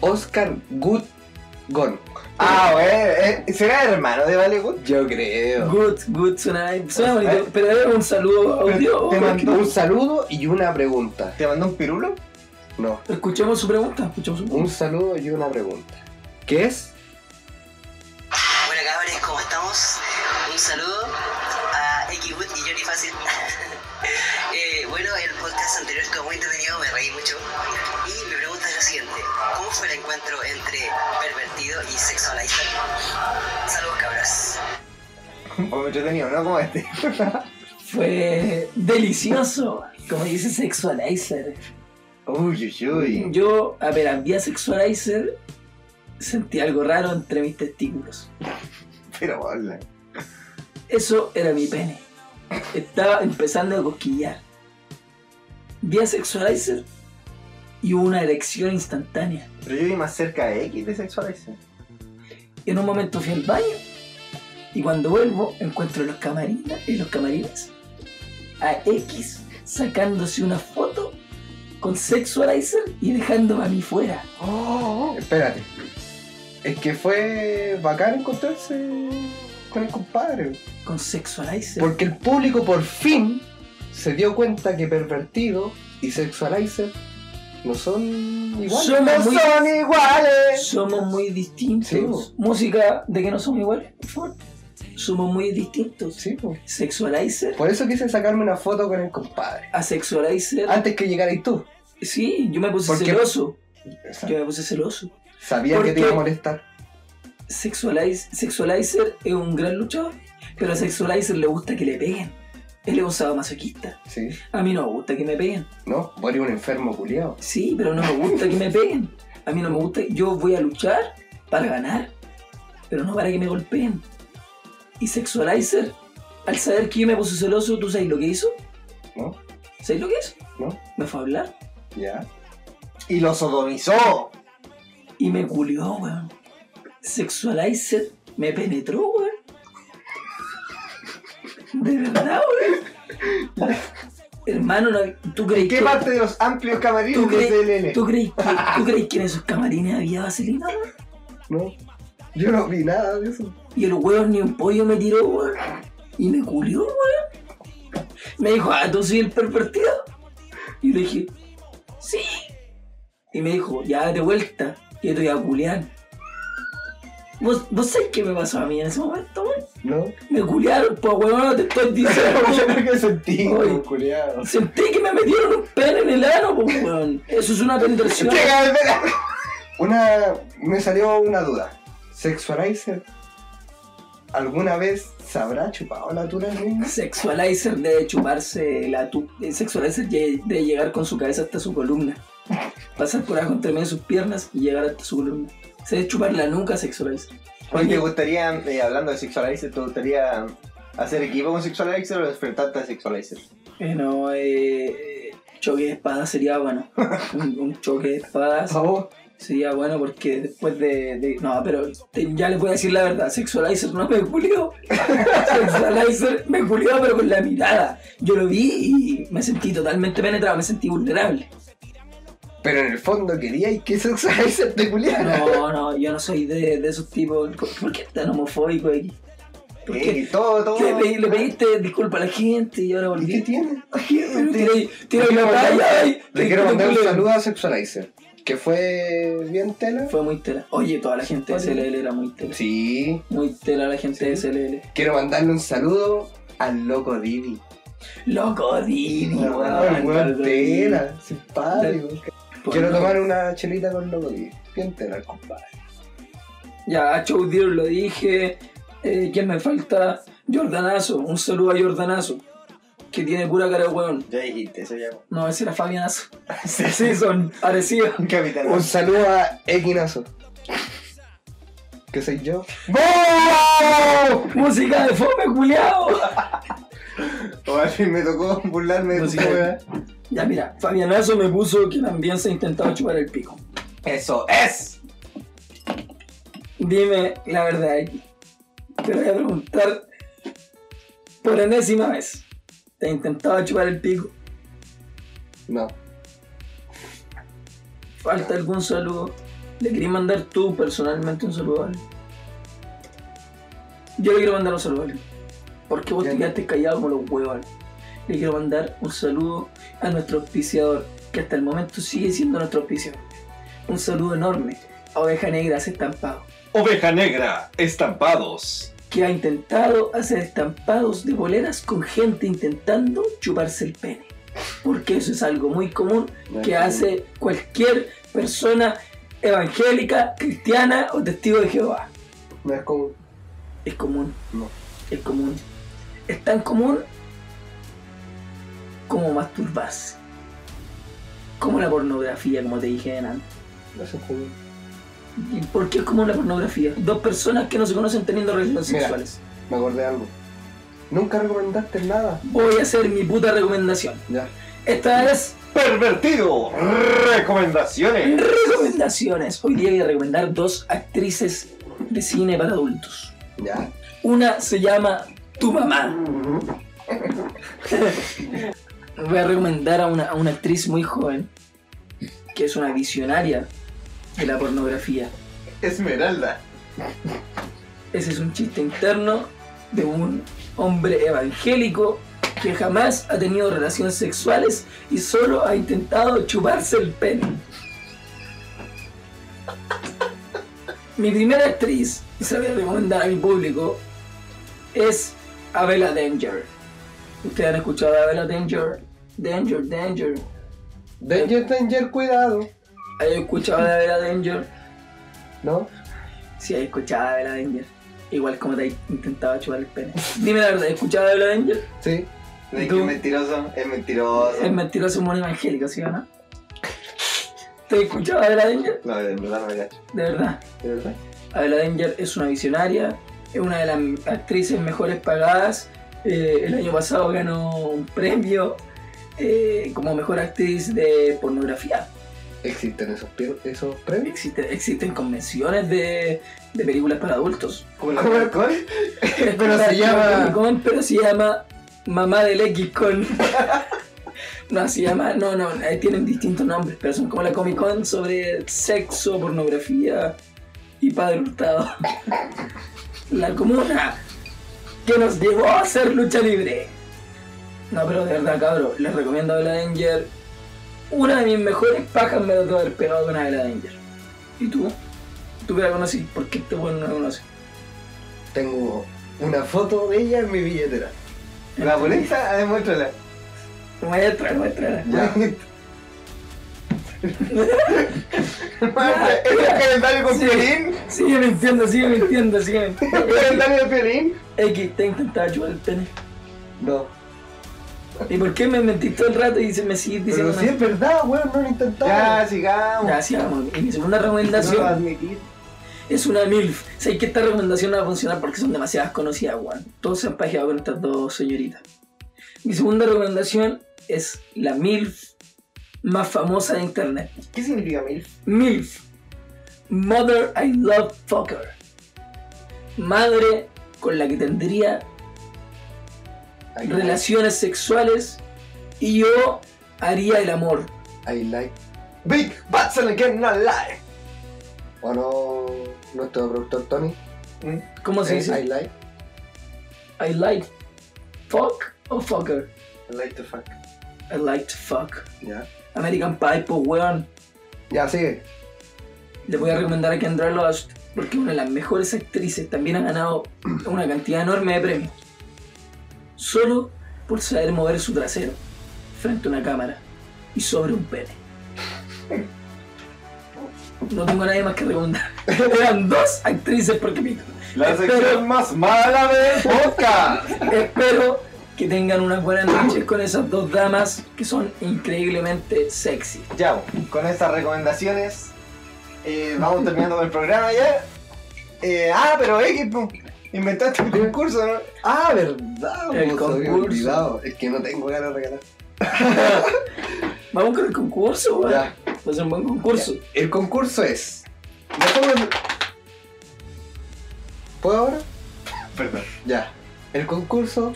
C: Oscar Goodgon.
D: Ah, bueno. eh, ¿Será hermano de Bollywood?
C: Yo creo.
B: Good, good tonight. Suena bonito, pero es un saludo audio.
D: Te mandó-
C: Un saludo y una pregunta.
D: ¿Te mandó un pirulo?
C: No,
B: Escuchemos su pregunta, escuchemos su pregunta.
C: un saludo y una pregunta. ¿Qué es?
E: Hola cabres, ¿cómo estamos? Un saludo a Xwood y Johnny Facil. Eh, bueno, el podcast anterior estuvo muy entretenido, me reí mucho. Y mi pregunta es la siguiente. ¿Cómo fue el encuentro entre pervertido y sexualizer? Saludos cabras.
D: Un poco entretenido, ¿no? Como este.
B: Fue delicioso, como dice Sexualizer.
D: Uy, uy, uy.
B: Yo, apenas vi a Sexualizer, sentí algo raro entre mis testículos.
D: Pero hola.
B: Eso era mi pene. Estaba empezando a cosquillar. Vi a Sexualizer y hubo una erección instantánea.
D: Pero yo vi más cerca de X de sexuales.
B: Y en un momento fui al baño y cuando vuelvo encuentro en los camarines, en los camarines a X sacándose una foto con Sexualizer y dejándome a mí fuera.
C: Espérate. Es que fue bacán encontrarse con el compadre.
B: Con Sexualizer.
C: Porque el público por fin se dio cuenta que Pervertido y Sexualizer no son iguales.
B: Somos muy-
A: son iguales.
B: Somos muy distintos.
C: Sí, vos.
B: Música de que no somos iguales, por favor. Somos muy distintos.
C: Sí, po.
B: Sexualizer
C: Por eso quise sacarme una foto con el compadre.
B: a Sexualizer.
C: Antes que llegaras tú.
B: Sí, yo me puse
C: Porque-
B: celoso.
C: O sea,
B: Yo me puse celoso.
C: Sabía que te
B: porque-
C: iba a molestar.
B: Sexualiz- Sexualizer es un gran luchador, pero a Sexualizer le gusta que le peguen. Él es un sadomasoquista.
C: Sí.
B: A mí no me gusta que me peguen.
C: No, vos eres un enfermo culiao.
B: Sí, pero no me gusta que me peguen. A mí no me gusta. Yo voy a luchar para ganar, pero no para que me golpeen. Y Sexualizer, al saber que yo me puse celoso, ¿tú sabes lo que hizo?
C: No.
B: ¿Sabes lo que hizo?
C: No.
B: Me fue a hablar
C: Ya.
A: Y lo sodomizó.
B: y me culió, weón. Sexualizer me penetró, weón. De verdad, weón. Hermano, no- ¿tú crees
A: ¿Qué
B: que...
A: parte de los amplios
B: ¿Tú
A: camarines de
B: crees,
A: TLN?
B: ¿tú, crees que, ¿Tú crees que en esos camarines había vaselina, weón?
C: No. Yo no vi nada de eso.
B: Y el weón ni un pollo me tiró, weón. Y me culió, weón. Me dijo, ah, tú soy el pervertido. Y le dije, sí. Y me dijo, ya date vuelta, que te voy a culiar. ¿Vos, ¿Vos sabés qué me pasó a mí en ese momento, weón?
C: No.
B: Me culiaron, pues weón, te estoy diciendo.
C: que sentí,
B: Oye.
C: culiao.
B: Sentí que me metieron un pene en el ano, pues weón. Eso es una penetración.
A: Llega el verano.
C: Una. Me salió una duda. ¿Sexualizer alguna vez se habrá chupado la tula misma?
B: Sexualizer debe chuparse la tu... eh, Sexualizer ye- debe llegar con su cabeza hasta su columna. Pasar por abajo entre medio de sus piernas y llegar hasta su columna. Se debe chupar la nuca Sexualizer.
D: Oye, ¿te gustaría, eh, hablando de Sexualizer, te gustaría hacer equipo con Sexualizer o enfrentarte a Sexualizer?
B: Eh, no, eh, eh, choque de espadas sería bueno. un, un choque de espadas
C: favor.
B: sería bueno porque después de... de- no, pero te- ya les voy a decir la verdad. Sexualizer no me culió. Sexualizer me culió pero con la mirada. Yo lo vi y me sentí totalmente penetrado, me sentí vulnerable.
C: Pero en el fondo quería que Sexualizer te culiara.
B: No, no, yo no soy de, de esos tipos. ¿Por qué tan homofóbico aquí? ¿Por qué?
D: Eh, todo, todo.
B: Le, pedí- le pediste disculpa a la gente y ahora
C: ¿Y qué
B: volví.
C: tiene?
B: Tiene tira
C: Le
B: la
C: quiero
B: talla ahí.
C: Le quiero mandar un saludo a Sexualizer. Que fue bien tela.
B: Fue muy tela. Oye, toda la gente de SLL era muy tela.
C: Sí.
B: Muy tela la gente de SLL.
C: Quiero mandarle un saludo al loco Didi.
B: Loco, Didi,
C: El
B: weón,
C: weón
B: loco,
C: tela, simpático.
B: Didi. Por
C: Quiero
B: no-
C: tomar una chelita con loco Didi. Bien tela, compadre.
B: Ya, Show Deer lo dije. Eh, ¿Quién me falta? Jordanazo. Un saludo a Jordanazo. Que tiene pura cara de weón.
D: Ya dijiste, eso ya.
B: No, ese era Fabianazo. Sí, son parecidos.
D: Capitán.
C: Un saludo a Equinazo. Que soy yo.
B: Música de fome, culiao.
D: O al fin me tocó burlarme de tu
B: Música.
D: wea.
B: Ya mira, Fabianazo me puso que también se intentaba chupar el pico.
D: Eso es.
B: Dime la verdad, X. Te voy a preguntar por enésima vez. ¿Te intentaba chupar el pico?
C: No.
B: ¿Falta algún saludo? ¿Le querías mandar tú personalmente un saludo a alguien? Yo le quiero mandar un saludo a alguien. Porque vos
C: Ya,
B: te
C: ya.
B: quedaste callado como los huevos. Ale. Le quiero mandar un saludo a nuestro auspiciador, que hasta el momento sigue siendo nuestro auspiciador. Un saludo enorme a Oveja Negra hace estampado,
A: Oveja negra, estampados.
B: que ha intentado hacer estampados de boleras con gente intentando chuparse el pene. Porque eso es algo muy común que hace cualquier persona evangélica, cristiana o testigo de Jehová.
C: No es como.
B: Es común.
C: No.
B: Es común. Es tan común como masturbarse. Como la pornografía, como te dije antes.
C: No es como.
B: ¿Y por qué es como la pornografía? Dos personas que no se conocen teniendo relaciones
C: Mira.
B: sexuales.
C: Me acordé de algo. Nunca recomendaste nada.
B: Voy a hacer mi puta recomendación.
C: Ya.
B: Esta es
A: Pervertido. Recomendaciones.
B: recomendaciones. Hoy día voy a recomendar dos actrices de cine para adultos.
C: Ya.
B: Una se llama Tu Mamá. voy a recomendar a una, a una actriz muy joven que es una visionaria de la pornografía.
D: Esmeralda.
B: Ese es un chiste interno de un hombre evangélico que jamás ha tenido relaciones sexuales y solo ha intentado chuparse el pene. Mi primera actriz, y se la voy a recomendar a mi público, es Abela Danger. Ustedes han escuchado a Abela Danger, Danger, Danger.
C: Danger, danger, cuidado.
B: ¿Hay escuchado a Abela Danger?
C: ¿No?
B: Sí, he escuchado de la Danger. Igual como te intentaba chupar el pene. Dime la verdad, ¿he escuchado de la Danger?
C: Sí.
B: ¿Y
D: De que
B: tú?
D: es mentiroso, es mentiroso.
B: Es mentiroso un mono evangélico, ¿sí o no? ¿Te he escuchado de la Danger?
D: No, de verdad no me cacho.
B: De verdad.
D: ¿De verdad?
B: Adela Danger es una visionaria, es una de las actrices mejores pagadas. Eh, el año pasado ganó un premio eh, como mejor actriz de pornografía.
C: ¿Existen esos, pier- esos premios?
B: Existe- existen convenciones de, de películas para adultos.
D: ¿Cómo
C: ¿Cómo
D: la
C: el
D: con?
C: Pero se llama-
B: Pero se llama Mamá del X Con. no, se llama. No, no, eh, tienen distintos nombres, pero son como la Comic Con sobre sexo, pornografía y padre hurtado. la comuna que nos llevó a hacer lucha libre. No, pero de verdad, cabrón, les recomiendo a Bella Danger. Una de mis mejores pajas me tocó haber pegado con Bella Danger. ¿Y tú? ¿Tú que la conocí? ¿Por qué este bueno no la conoces?
C: Tengo una foto de ella en mi billetera.
D: La boleta, ah, demuéstrala.
B: Muestra, muestra.
D: Ya.
B: Ya,
D: ¿Es el
B: ya.
D: calendario con
B: Sí.
D: violín?
B: Sigue mintiendo, sigue mintiendo, sigue
D: ¿El
B: mintiendo.
D: calendario de violín?
B: X, te intentaba chupar el pene.
C: No.
B: ¿Y por qué me mentiste todo el rato y se me sigues
C: Pero
B: diciendo?
C: si es verdad, weón, no lo intentaba.
D: Ya, sigamos.
B: Ya, sí, vamos. Y mi segunda
D: No lo
B: recomendación
D: admitir.
B: es una MILF. Sé que esta recomendación no va a funcionar porque son demasiadas conocidas, weón. Todos se han pajeado con estas dos señoritas. Mi segunda recomendación es la MILF más famosa de internet.
D: ¿Qué significa MILF?
B: MILF. Mother I Love Fucker. Madre con la que tendría
C: I like-
B: relaciones sexuales y yo haría el amor.
C: I like.
D: Big Bats and again not alive.
C: ¿O no? Nuestro productor Tony.
B: ¿Cómo se
C: Eh,
B: dice?
C: I like.
B: I like fuck o fucker.
D: I like to fuck.
B: I like to fuck.
C: Ya.
B: American Pie, po, weón.
C: Ya, sigue.
B: Le voy a recomendar a Kendra Lost porque es una de las mejores actrices. También ha ganado una cantidad enorme de premios. Solo por saber mover su trasero frente a una cámara y sobre un pene. No tengo nadie más que recomendar. Eran dos actrices porque pico.
D: La
B: Espero-
D: sección más mala del podcast.
B: Espero que tengan unas buenas noches con esas dos damas que son increíblemente sexy.
D: Ya, bueno, con estas recomendaciones eh, vamos terminando con el programa ya. Eh, ah, pero X, po, inventaste un concurso, ¿no?
C: Ah, verdad,
B: El
C: weón, se había
B: concurso.
C: olvidado. Es que no tengo ganas de regalar.
B: Vamos con el concurso, weón. Va
C: Ya.
B: a ser un buen concurso.
C: El concurso es. Dejémoslo- ¿Puedo ahora?
D: Perdón.
C: Ya. El concurso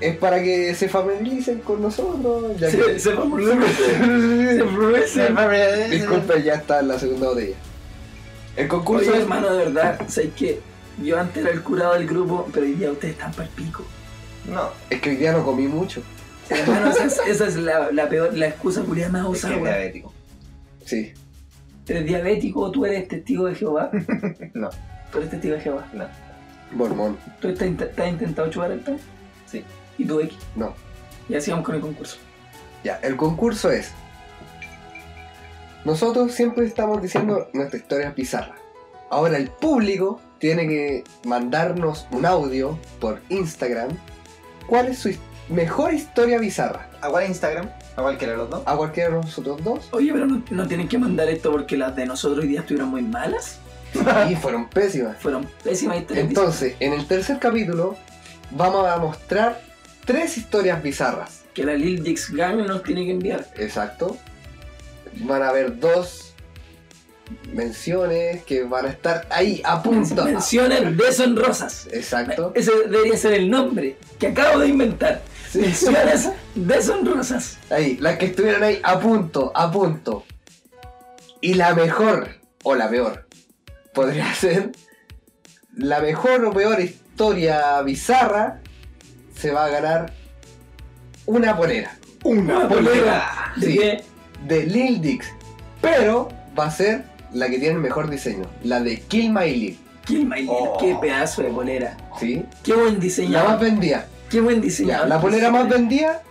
C: es para que se familiaricen con nosotros. Ya
B: Se,
C: que-
B: se va a burlar. Se fue, se va.
C: eh, Disculpe, ya está en la segunda botella. El concurso
B: Oye,
C: es.
B: hermano, de verdad, sé que yo antes era el curado del grupo, pero hoy día ustedes están para el pico.
D: No,
C: Es que hoy día no comí mucho.
B: Hermano, esa es, esa es la, la peor, la excusa culiada más
D: es que
B: usada,
D: es
B: weón.
D: diabético.
C: Sí.
B: ¿Eres diabético o tú eres testigo de Jehová?
D: No.
B: Tú eres testigo de Jehová.
C: Mormón.
B: ¿Tú te, has- te has intentado chupar el pene?
D: Sí.
B: ¿Y tú, X?
C: No.
B: Y así vamos con el concurso.
C: Ya, el concurso es. Nosotros siempre estamos diciendo nuestra historia pizarra. Ahora el público tiene que mandarnos un audio por Instagram. ¿Cuál es su his- mejor historia bizarra?
D: ¿A cuál Instagram? ¿A cualquiera de los dos?
C: ¿A cualquiera de nosotros dos?
B: Oye, pero no, no tienen que mandar esto porque las de nosotros hoy día estuvieron muy malas.
C: Y fueron pésimas.
B: Fueron pésimas historias.
C: Entonces, en el tercer capítulo vamos a mostrar tres historias bizarras.
B: que la Lil Dix Gang nos tiene que enviar.
C: Exacto. Van a haber dos menciones que van a estar ahí, a punto.
B: Menciones de sonrosas.
C: Exacto.
B: Ese debería ser el nombre que acabo de inventar. Menciones deshonrosas.
C: Ahí, las que estuvieron ahí a punto, a punto. Y la mejor, o la peor, podría ser la mejor o peor historia bizarra. Se va a ganar una polera
B: Una polera. ¿De
C: Sí.
B: qué?
C: de Lil Dix, pero va a ser la que tiene el mejor diseño, la de Kill My Lil.
B: Kill My Lil,
D: Oh.
B: Qué pedazo de polera.
C: ¿Sí?
B: Qué buen
C: La más
B: diseñador.
C: vendida.
B: Qué buen
C: Ya,
B: diseñador.
C: la polera más vendida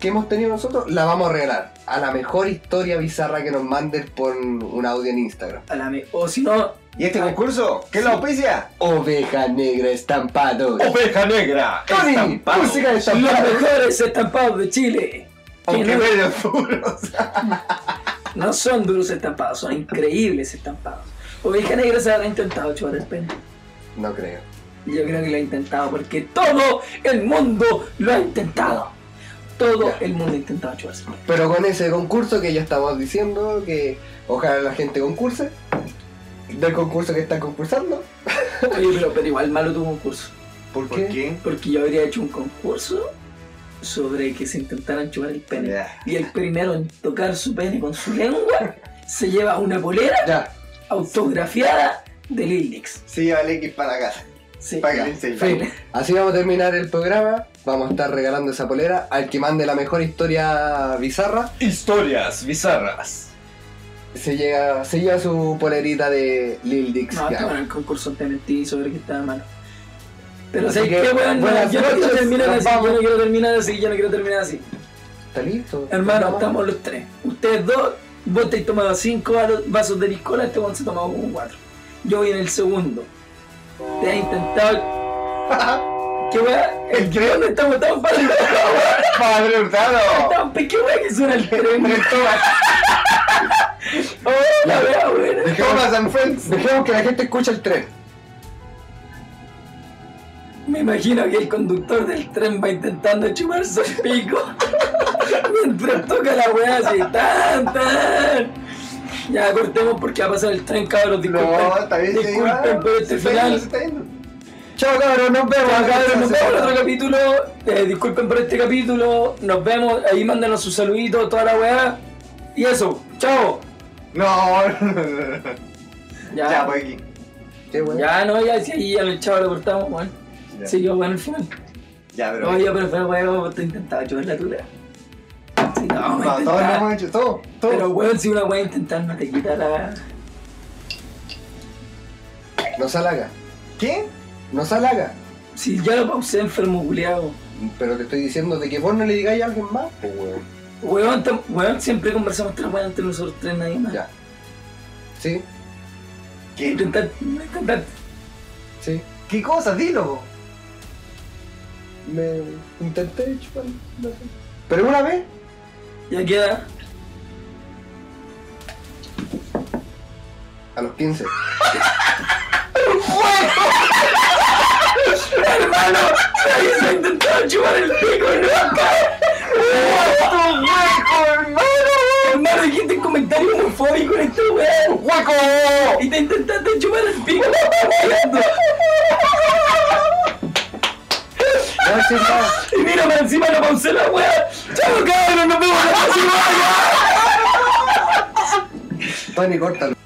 C: que hemos tenido nosotros la vamos a regalar a la mejor historia bizarra que nos manden por un audio en Instagram.
B: A la me- O si no,
D: ¿Y este concurso? ¿Qué es la auspicia?
C: Oveja negra estampado.
D: Oveja negra.
C: Tony,
D: estampado.
C: música de
B: los
C: estampado.
B: mejores estampados de Chile. Que
D: Aunque
B: no,
D: medio duros.
B: no son duros estampados, son increíbles estampados. Oveja Negra se habrá intentado chupar el pene.
C: No creo.
B: Yo creo que lo ha intentado porque todo el mundo lo ha intentado. Todo el mundo ha intentado chuparse el pene.
C: Pero con ese concurso que ya estamos diciendo, que ojalá la gente concurse, del concurso que están concursando,
B: Oye, pero, pero igual malo tu concurso.
C: ¿por
D: ¿Por
C: qué?
D: qué?
B: Porque yo habría hecho un concurso sobre que se intentaran chupar el pene.
D: Ya.
B: Y el primero en tocar su pene con su lengua se lleva una polera
C: Ya,
B: autografiada de Lilix.
D: Se lleva el X para la casa.
B: Sí.
D: Para que le
C: fin.
D: enseñe.
C: Así vamos a terminar el programa. Vamos a estar regalando esa polera al que mande la mejor historia bizarra.
D: Historias bizarras.
C: Se, llega, se lleva su polerita de Lil Dix.
B: No,
C: Ya.
B: hasta bueno, el concurso te mentí sobre que estaba malo. Pero
C: Así
B: sé que,
C: que,
B: weón, no,
C: buenas
B: yo no quiero
C: noches,
B: terminar
C: nos
B: así, yo
C: vamos.
B: no quiero terminar así, yo no quiero terminar así.
C: ¿Está listo?
B: Hermano,
C: ¿Vamos?
B: estamos los tres. Ustedes dos, vos te has tomado cinco valo- vasos de licola, este weón se ha tomado como cuatro. Yo voy en el segundo. Te has intentado. ¿Qué weá? El creón estamos tan para
D: ¡Padre Hurtado!
B: tan pe- ¿Qué weá que suena el creón? Oh, la weá, weón.
D: Thomas and Friends.
C: Dejemos que la gente escuche el tren.
B: Me imagino que el conductor del tren va intentando chuparse el pico mientras toca la weá así, tan, tan. Ya cortemos porque va a pasar el tren, cabros. Disculpen,
D: No, está bien, se iba.
B: disculpen por este
D: ah, Se está yendo,
B: final.
D: se está yendo.
C: Chao cabros, nos vemos.
B: Bueno, cabros, nos
C: Se-
B: vemos en otro capítulo. Eh, disculpen por este capítulo. Nos vemos. Ahí mándanos sus saluditos, toda la weá. Y eso, chao.
D: No, no, no, no.
B: Ya,
D: Ya, pues aquí.
C: Qué bueno.
B: ya no, ya, si ahí ya el chavo lo cortamos, weón.
D: Ya.
B: Sí, yo, bueno, al final.
D: Ya, pero.
B: Oye, pero fue weón, vos te intentaba chupar la tula. Sí, no, me
D: No, todos lo
B: intentaba.
D: hemos hecho, todo, todo.
B: Pero weón, si una weá intentar no te quita la.
C: Nos halaga.
D: ¿Qué?
C: Nos halaga.
B: Si ya lo pausé enfermo, culiado.
C: Pero te estoy diciendo de que vos no le digáis a alguien más. pues, weón.
B: Weón, te- weón, siempre conversamos tres weón entre nosotros tres, nadie más.
C: Ya. ¿Sí?
D: ¿Qué?
B: Intentar, intentar.
C: ¿Sí?
D: ¿Qué cosa? Dilo.
C: Me intenté chupar. no sé. Pero una vez.
B: Ya queda.
C: A los 15.
B: ¡Hermano! ¡Nadie se ha intentado chupar el pico nunca! ¡Hueco, hermano! Hermano, dijiste un comentario homofóbico en este weón.
D: ¡Hueco!
B: Y te intentaste chupar el pico.
C: No, Ah, sí, no.
B: Y mira, para encima no pausé la weá. ¡Chao, cabrón! ¡Nos vemos la próxima!
C: Tony, córtalo.